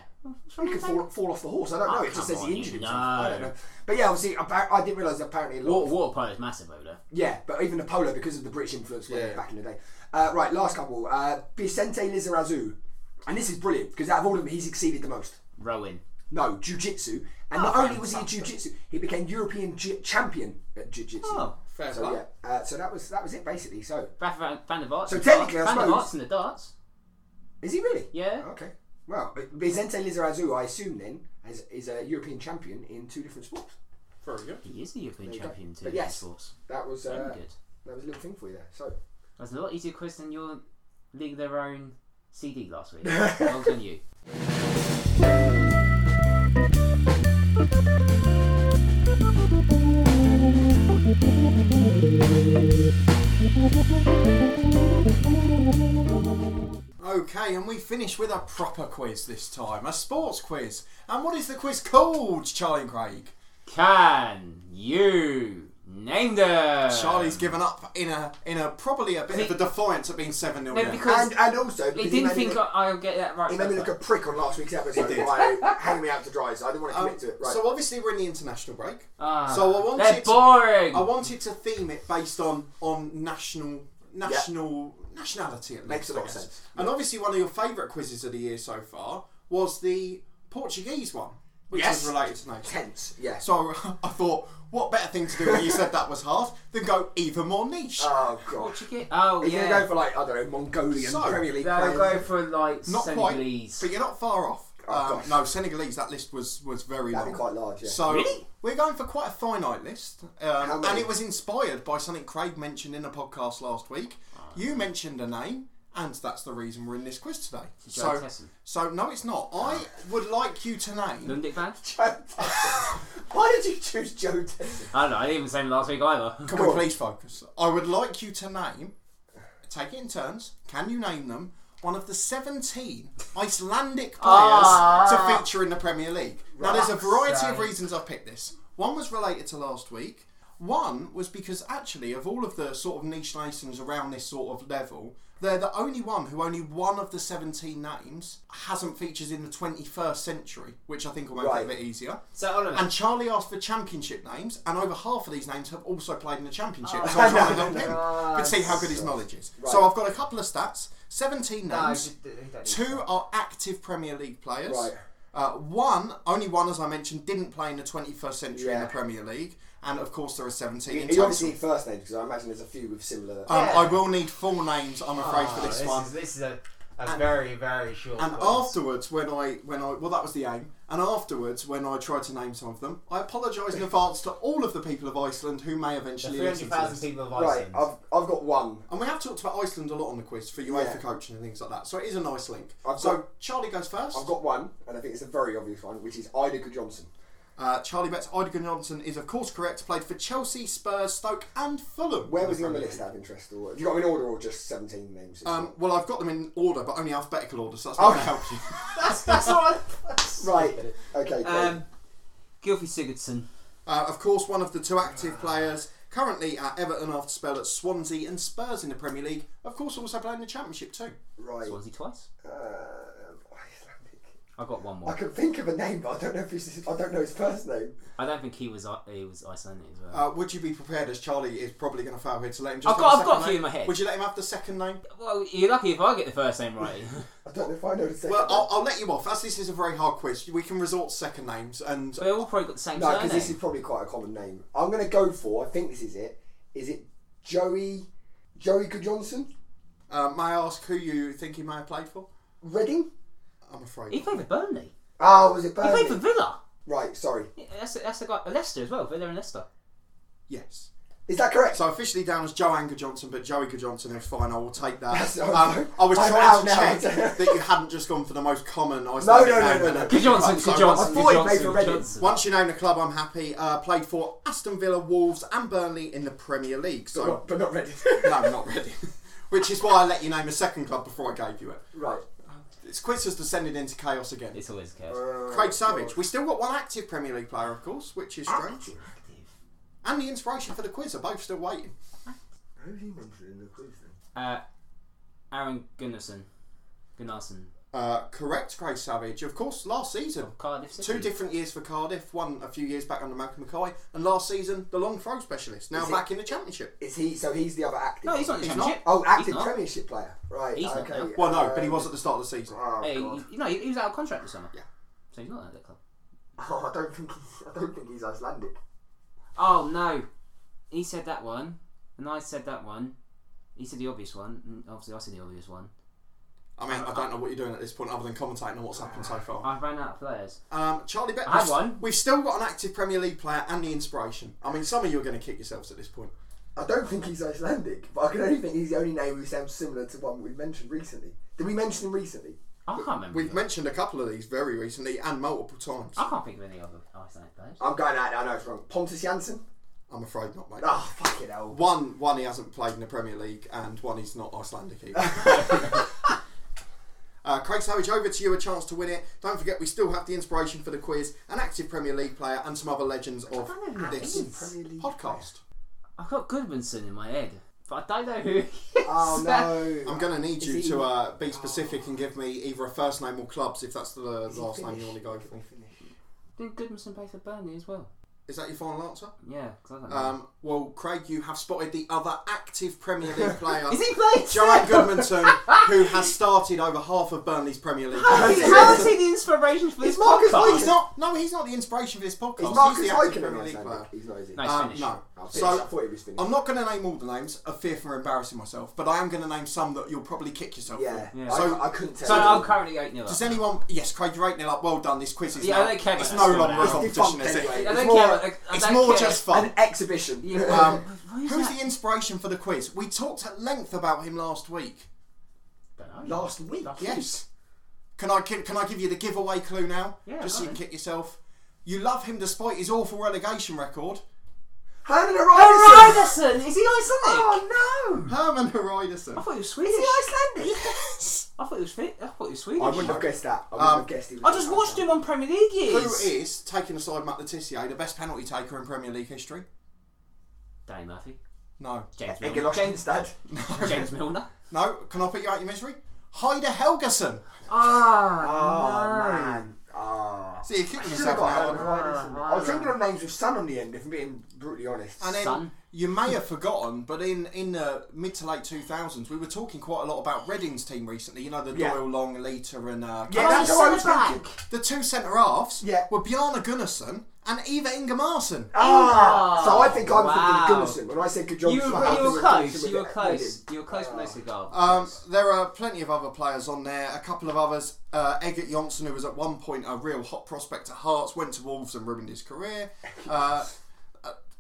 You could fall, fall off the horse. I don't know. Oh, it just come says on, he injured you himself. I don't know. know. But yeah, obviously, appa- I didn't realise apparently a lot. Water, of- water polo is massive over there. yeah, but even the polo because of the British influence when- Yeah. back in the day. Uh, right, last couple. Uh, Vicente Lizarazu, and this is brilliant because out of all of them, he's exceeded the most. Rowing. No, jiu-jitsu. And not only was he a jiu-jitsu, he became European j- champion at jiu-jitsu. Oh. Fair so play. yeah, uh, so that was that was it basically. So Brad Van, Van der Vaart. So in technically, I darts. Van der suppose- Oh. Vaart's in the darts. is he really? Yeah. Okay. Well, but Vicente Lizarazu, I assume then, is, is a European champion in two different sports. Very good. He is the European you go. champion But too yes. in sports. That was Very uh, good. that was a little thing for you there. So That was a lot easier quiz than your League of Their Own CD last week. well done, you. Okay, and we finish with a proper quiz this time, a sports quiz. And what is the quiz called, Charlie and Craig? Can you name them? Charlie's given up in a in a probably a bit of a defiance at being seven 0 No, down. because and and also he because he didn't made me think look, I, I'll get that right. he made me first look a time. prick on last week's episode did. by hanging me out to dry. So I didn't want to commit to it. Right. So obviously we're in the international break. Ah, so I wanted they're to- boring. I wanted to theme it based on on national national nationality at least. Makes a lot I of guess. sense. And obviously one of your favourite quizzes of the year so far was the Portuguese one, which Yes. was related to nations. tense. Yeah. So I thought, what better thing to do when you said that was hard than go even more niche? oh god. Portuguese. Oh Are you yeah. gonna go for like I don't know Mongolian So, Premier League They'll players? go for like not Senegalese. quite, but you're not far off. um, Oh, gosh. no, Senegalese. That list was was very That'd long. be quite large, yeah. So Really? we're going for quite a finite list, um, and many? it was inspired by something Craig mentioned in a podcast last week. Ah. You mentioned a name, and that's the reason we're in this quiz today. Joe So, Tesson. so no, it's not. Ah. I would like you to name. Lundic fan? Why did you choose Joe Tesson? I don't know. I didn't even say him last week either. Can we please focus? I would like you to name. Take it in turns. Can you name them? One of the 17 Icelandic players to feature in the Premier League. Now, there's a variety of reasons I picked this. One was related to last week. One was because actually, of all of the sort of niche nations around this sort of level, they're the only one who only one of the 17 names hasn't featured in the 21st century, which I think will make it Right. a bit easier. So hold on. a minute. And Charlie asked for championship names, and over half of these names have also played in the championship. Oh. so I'm trying to help him, but see how good his knowledge is. So I've got a couple of stats: seventeen No, names. just- he don't need Two are active Premier League players. Right. Uh, one, only one, as I mentioned, didn't play in the 21st century in Yeah. the Premier League, and of course there are 17 in You total. obviously need first names because I imagine there's a few with similar. Um, I will need full names, I'm afraid, for this, one. this is a, a very, very short. And quiz. afterwards, when I when I well, that was the aim. And afterwards, when I tried to name some of them, I apologise in advance to all of the people of Iceland who may The eventually listen to 300,000 this. people of right. Iceland. I've I've got one. And we have talked about Iceland a lot on the quiz for UEFA Yeah. coaching and things like that. So it is a nice link. I've so got- Charlie goes 1st I've got one, and I think it's a very obvious one, which is Ida Johnson. Uh, Charlie Betts, Idgan Johnson is of course correct. Played for Chelsea, Spurs, Stoke, and Fulham. Where was he on the list out of interest? Or have you got them in order or just 17 names? Um, well, I've got them in order, but only alphabetical order, so that's not going Okay. to help you. That's that's all. I- that's- right. Okay, great. Um, Gilfie Sigurdsson. Uh, of course, one of the two active players currently at Everton after spell at Swansea and Spurs in the Premier League. Of course, also playing in the Championship too. right. Swansea twice. Uh, Icelandic. I got one I more. can think of a name, but I don't know if it's I don't know his first name. I don't think he was I- he was Icelandic as well. Uh, would you be prepared, as Charlie is probably going to fail here, to let him just I've have got- the I've got second a few name? in my head. Would you let him have the second name? well, you're lucky if I get the first name right. I don't know if I know the second. Well, name. I'll, I'll let you off. As this is a very hard quiz, we can resort to second names. And we all probably got the same no, surname. because this is probably quite a common name. I'm going to go for. I think this is it. Is it Joey? Joey Good Johnson? uh, may I ask who you think he may have played for? Reading? I'm afraid. He played for Burnley. Oh, was it He played for Burnley? Villa. Right. Sorry. Yeah, That's that's the guy Leicester as well. Villa and Leicester. Yes. Is that correct? So officially down as Joe Anger Johnson, but Joey Good Johnson is fine. I will take that. That's- Um, I was I'm trying out to now. check that you hadn't just gone for the most common Icelandic no, no, name. uh, no, no. Good Johnson. I'm sorry. Good Johnson. I thought Good he played Johnson, for good Reading. Johnson. Once you name the club, I'm happy. Uh, played for Aston Villa, Wolves, and Burnley in the Premier League. So But- but not Reading. no, not really. Which is why I let you name a second club before I gave you it. right. It's quiz has descended into chaos again. It's always chaos. Craig Savage. We still got one active Premier League player, of course, which is strange. And the inspiration for the quiz are both still waiting. Who's he mentioned in the quiz then? Uh, Aaron Gunnarsson. Gunnarsson. Uh, correct, Craig Savage. Of course, last season. Cardiff City. Two different years for Cardiff. One a few years back under Malcolm McCoy, and last season the long throw specialist. Now Is it- back in the championship. Is he? So he's the other active. No, he's not in the He's championship. Oh, He's active not. Premiership player. Right. He's not, okay. no. Well, no, but he Um, was at the start of the season. Oh, Hey, God. he- no, he, he was out of contract this summer. Yeah. So he's not at that club. Oh, I don't think he's, I don't think he's Icelandic. Oh no, he said that one, and I said that one. He said the obvious one, and obviously I said the obvious one. I mean, I don't know what you're doing at this point other than commentating on what's happened so far. I ran out of players. Um, Charlie Beck, I had we've- one. We've still got an active Premier League player and the inspiration. I mean, some of you are going to kick yourselves at this point. I don't think he's Icelandic, but I can only think he's the only name who sounds similar to one we mentioned recently. Did we mention him recently? I can't remember. We've the- mentioned a couple of these very recently and multiple times. I can't think of any other Icelandic players. I'm going out. I know it's wrong. Pontus Jansson. I'm afraid not, mate. Oh, fucking hell. One, one he hasn't played in the Premier League, and one he's not Icelandic either. uh, Craig Savage, over to you, a chance to win it. Don't forget, we still have the inspiration for the quiz, an active Premier League player, and some other legends of don't know who that this is. Premier League podcast. I've got Goodmanson in my head, but I don't know who. He is. Oh no. I'm going to need Is you he- to uh, be specific and give me either a first name or clubs if that's the last name you want to go for. Did Goodmanson play for Burnley as well? Is that your final answer? Yeah, 'cause I don't know. Um, well, Craig, you have spotted the other active Premier League player. is he playing? Joanne Um, Goodmanson, who has started over half of Burnley's Premier League. How is he- how is he the inspiration for this Is Marcus podcast? Leitner- He's not. No, he's not the inspiration for this podcast. Is Marcus he's the active Eichen Premier an League Icelandic? player. He's not, is he? No, he's Um, Finnish. no. Oh, Finnish. I So thought he was Finnish. I'm not going to name all the names, of fear for embarrassing myself, but I am going to name some that you'll probably kick yourself. yeah. For. Yeah. So I, I couldn't tell. So you. I'm currently eight 0 does anyone? Yes, Craig, you're eight nil up. Well done. This quiz is Yeah, now. I don't care about it's that no score longer now. a It's competition, defunct is it? anyway. I It's don't more- care. I, I It's don't more care. just fun. An exhibition. Yeah, Um, who is Who's that? the inspiration for the quiz? We talked at length about him last week. Don't know. Last week. Yes. Can I can, can I give you the giveaway clue now? Yeah, Just so go you on can kick yourself. You love him despite his awful relegation record. How did Ryderson, is he Icelandic? Oh no. Herman I Hreiderson. thought he was Swedish. Icelandic. Yes. I thought he was Fi- I thought he was Swedish. I wouldn't have guessed that. I wouldn't Um, have guessed he was I just watched him on Premier League Who years. is, taking aside Matt Letitia, the best penalty taker in Premier League history? Danny Murphy. No. James Milner. Egiloshin James, instead. James Milner. No? Can I put you out of your misery? Heide Helgason. Ah, Oh man. Oh. See, you're kicking I should have yourself got now. Alan aren't Ryerson. you? I was thinking of names with son on the end, if I'm being brutally honest. And then Son. you may have forgotten, but in, in the mid to late 2000s, we were talking quite a lot about Reading's team recently. You know, the Yeah. Doyle, Long, Alita, and uh, Yeah, that's what I was centre thinking. back. The two centre halves Yeah. were Bjarne Gunnarsson and Eva Ingemarsson. Ah, Oh, so I think I'm wow. thinking Gunnison. When I said good job, You were, you were close. You were close. You were close, but no cigar. Um, there are plenty of other players on there. A couple of others. Uh, Egert Jonsson, who was at one point a real hot prospect at Hearts, went to Wolves and ruined his career. Uh,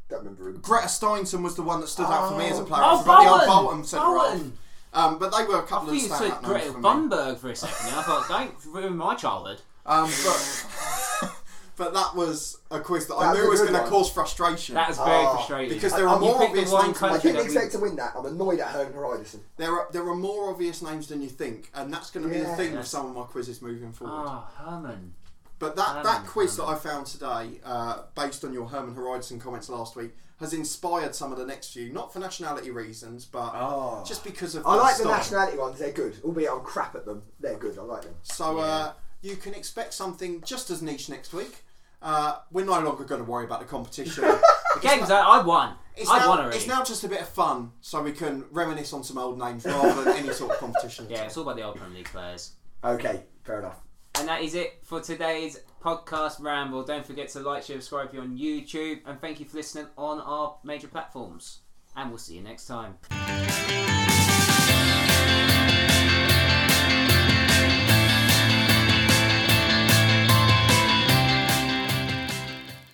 Don't remember him. Greta Steinson was the one that stood out for me as a player. Oh, I forgot the old Bowen! Bolton centre half. Bowen! Um, but they were a couple I of thought you said standout names Greta for me. Thunberg for a second. and I thought, don't ruin my childhood. Um, but But that was a quiz that, I That was knew a was good going to one. cause frustration. That is very Ah, frustrating. because there I- are I'm more you picked obvious the one names. I than you country didn't think. that expect to win that. I'm annoyed at Helen Horidison. There are there are more obvious names than you think, and that's going to be the Yeah. theme of some of my quizzes moving forward. Ah, Herman. But that, that Herman, quiz that Herman. I found today, uh, based on your Herman Horizon comments last week, has inspired some of the next few, not for nationality reasons, but Oh. just because of. I like the style. nationality ones. They're good, albeit I'm crap at them. They're good. I like them. So uh, you can expect something just as niche next week. Uh, we're no longer going to worry about the competition. Games, I, I won. It's I now, won already. It's now just a bit of fun, so we can reminisce on some old names rather than any sort of competition. yeah, it's all about the old Premier League players. Okay, fair enough. And that is it for today's podcast ramble. Don't forget to like, share, subscribe if you're on YouTube, and thank you for listening on our major platforms. And we'll see you next time.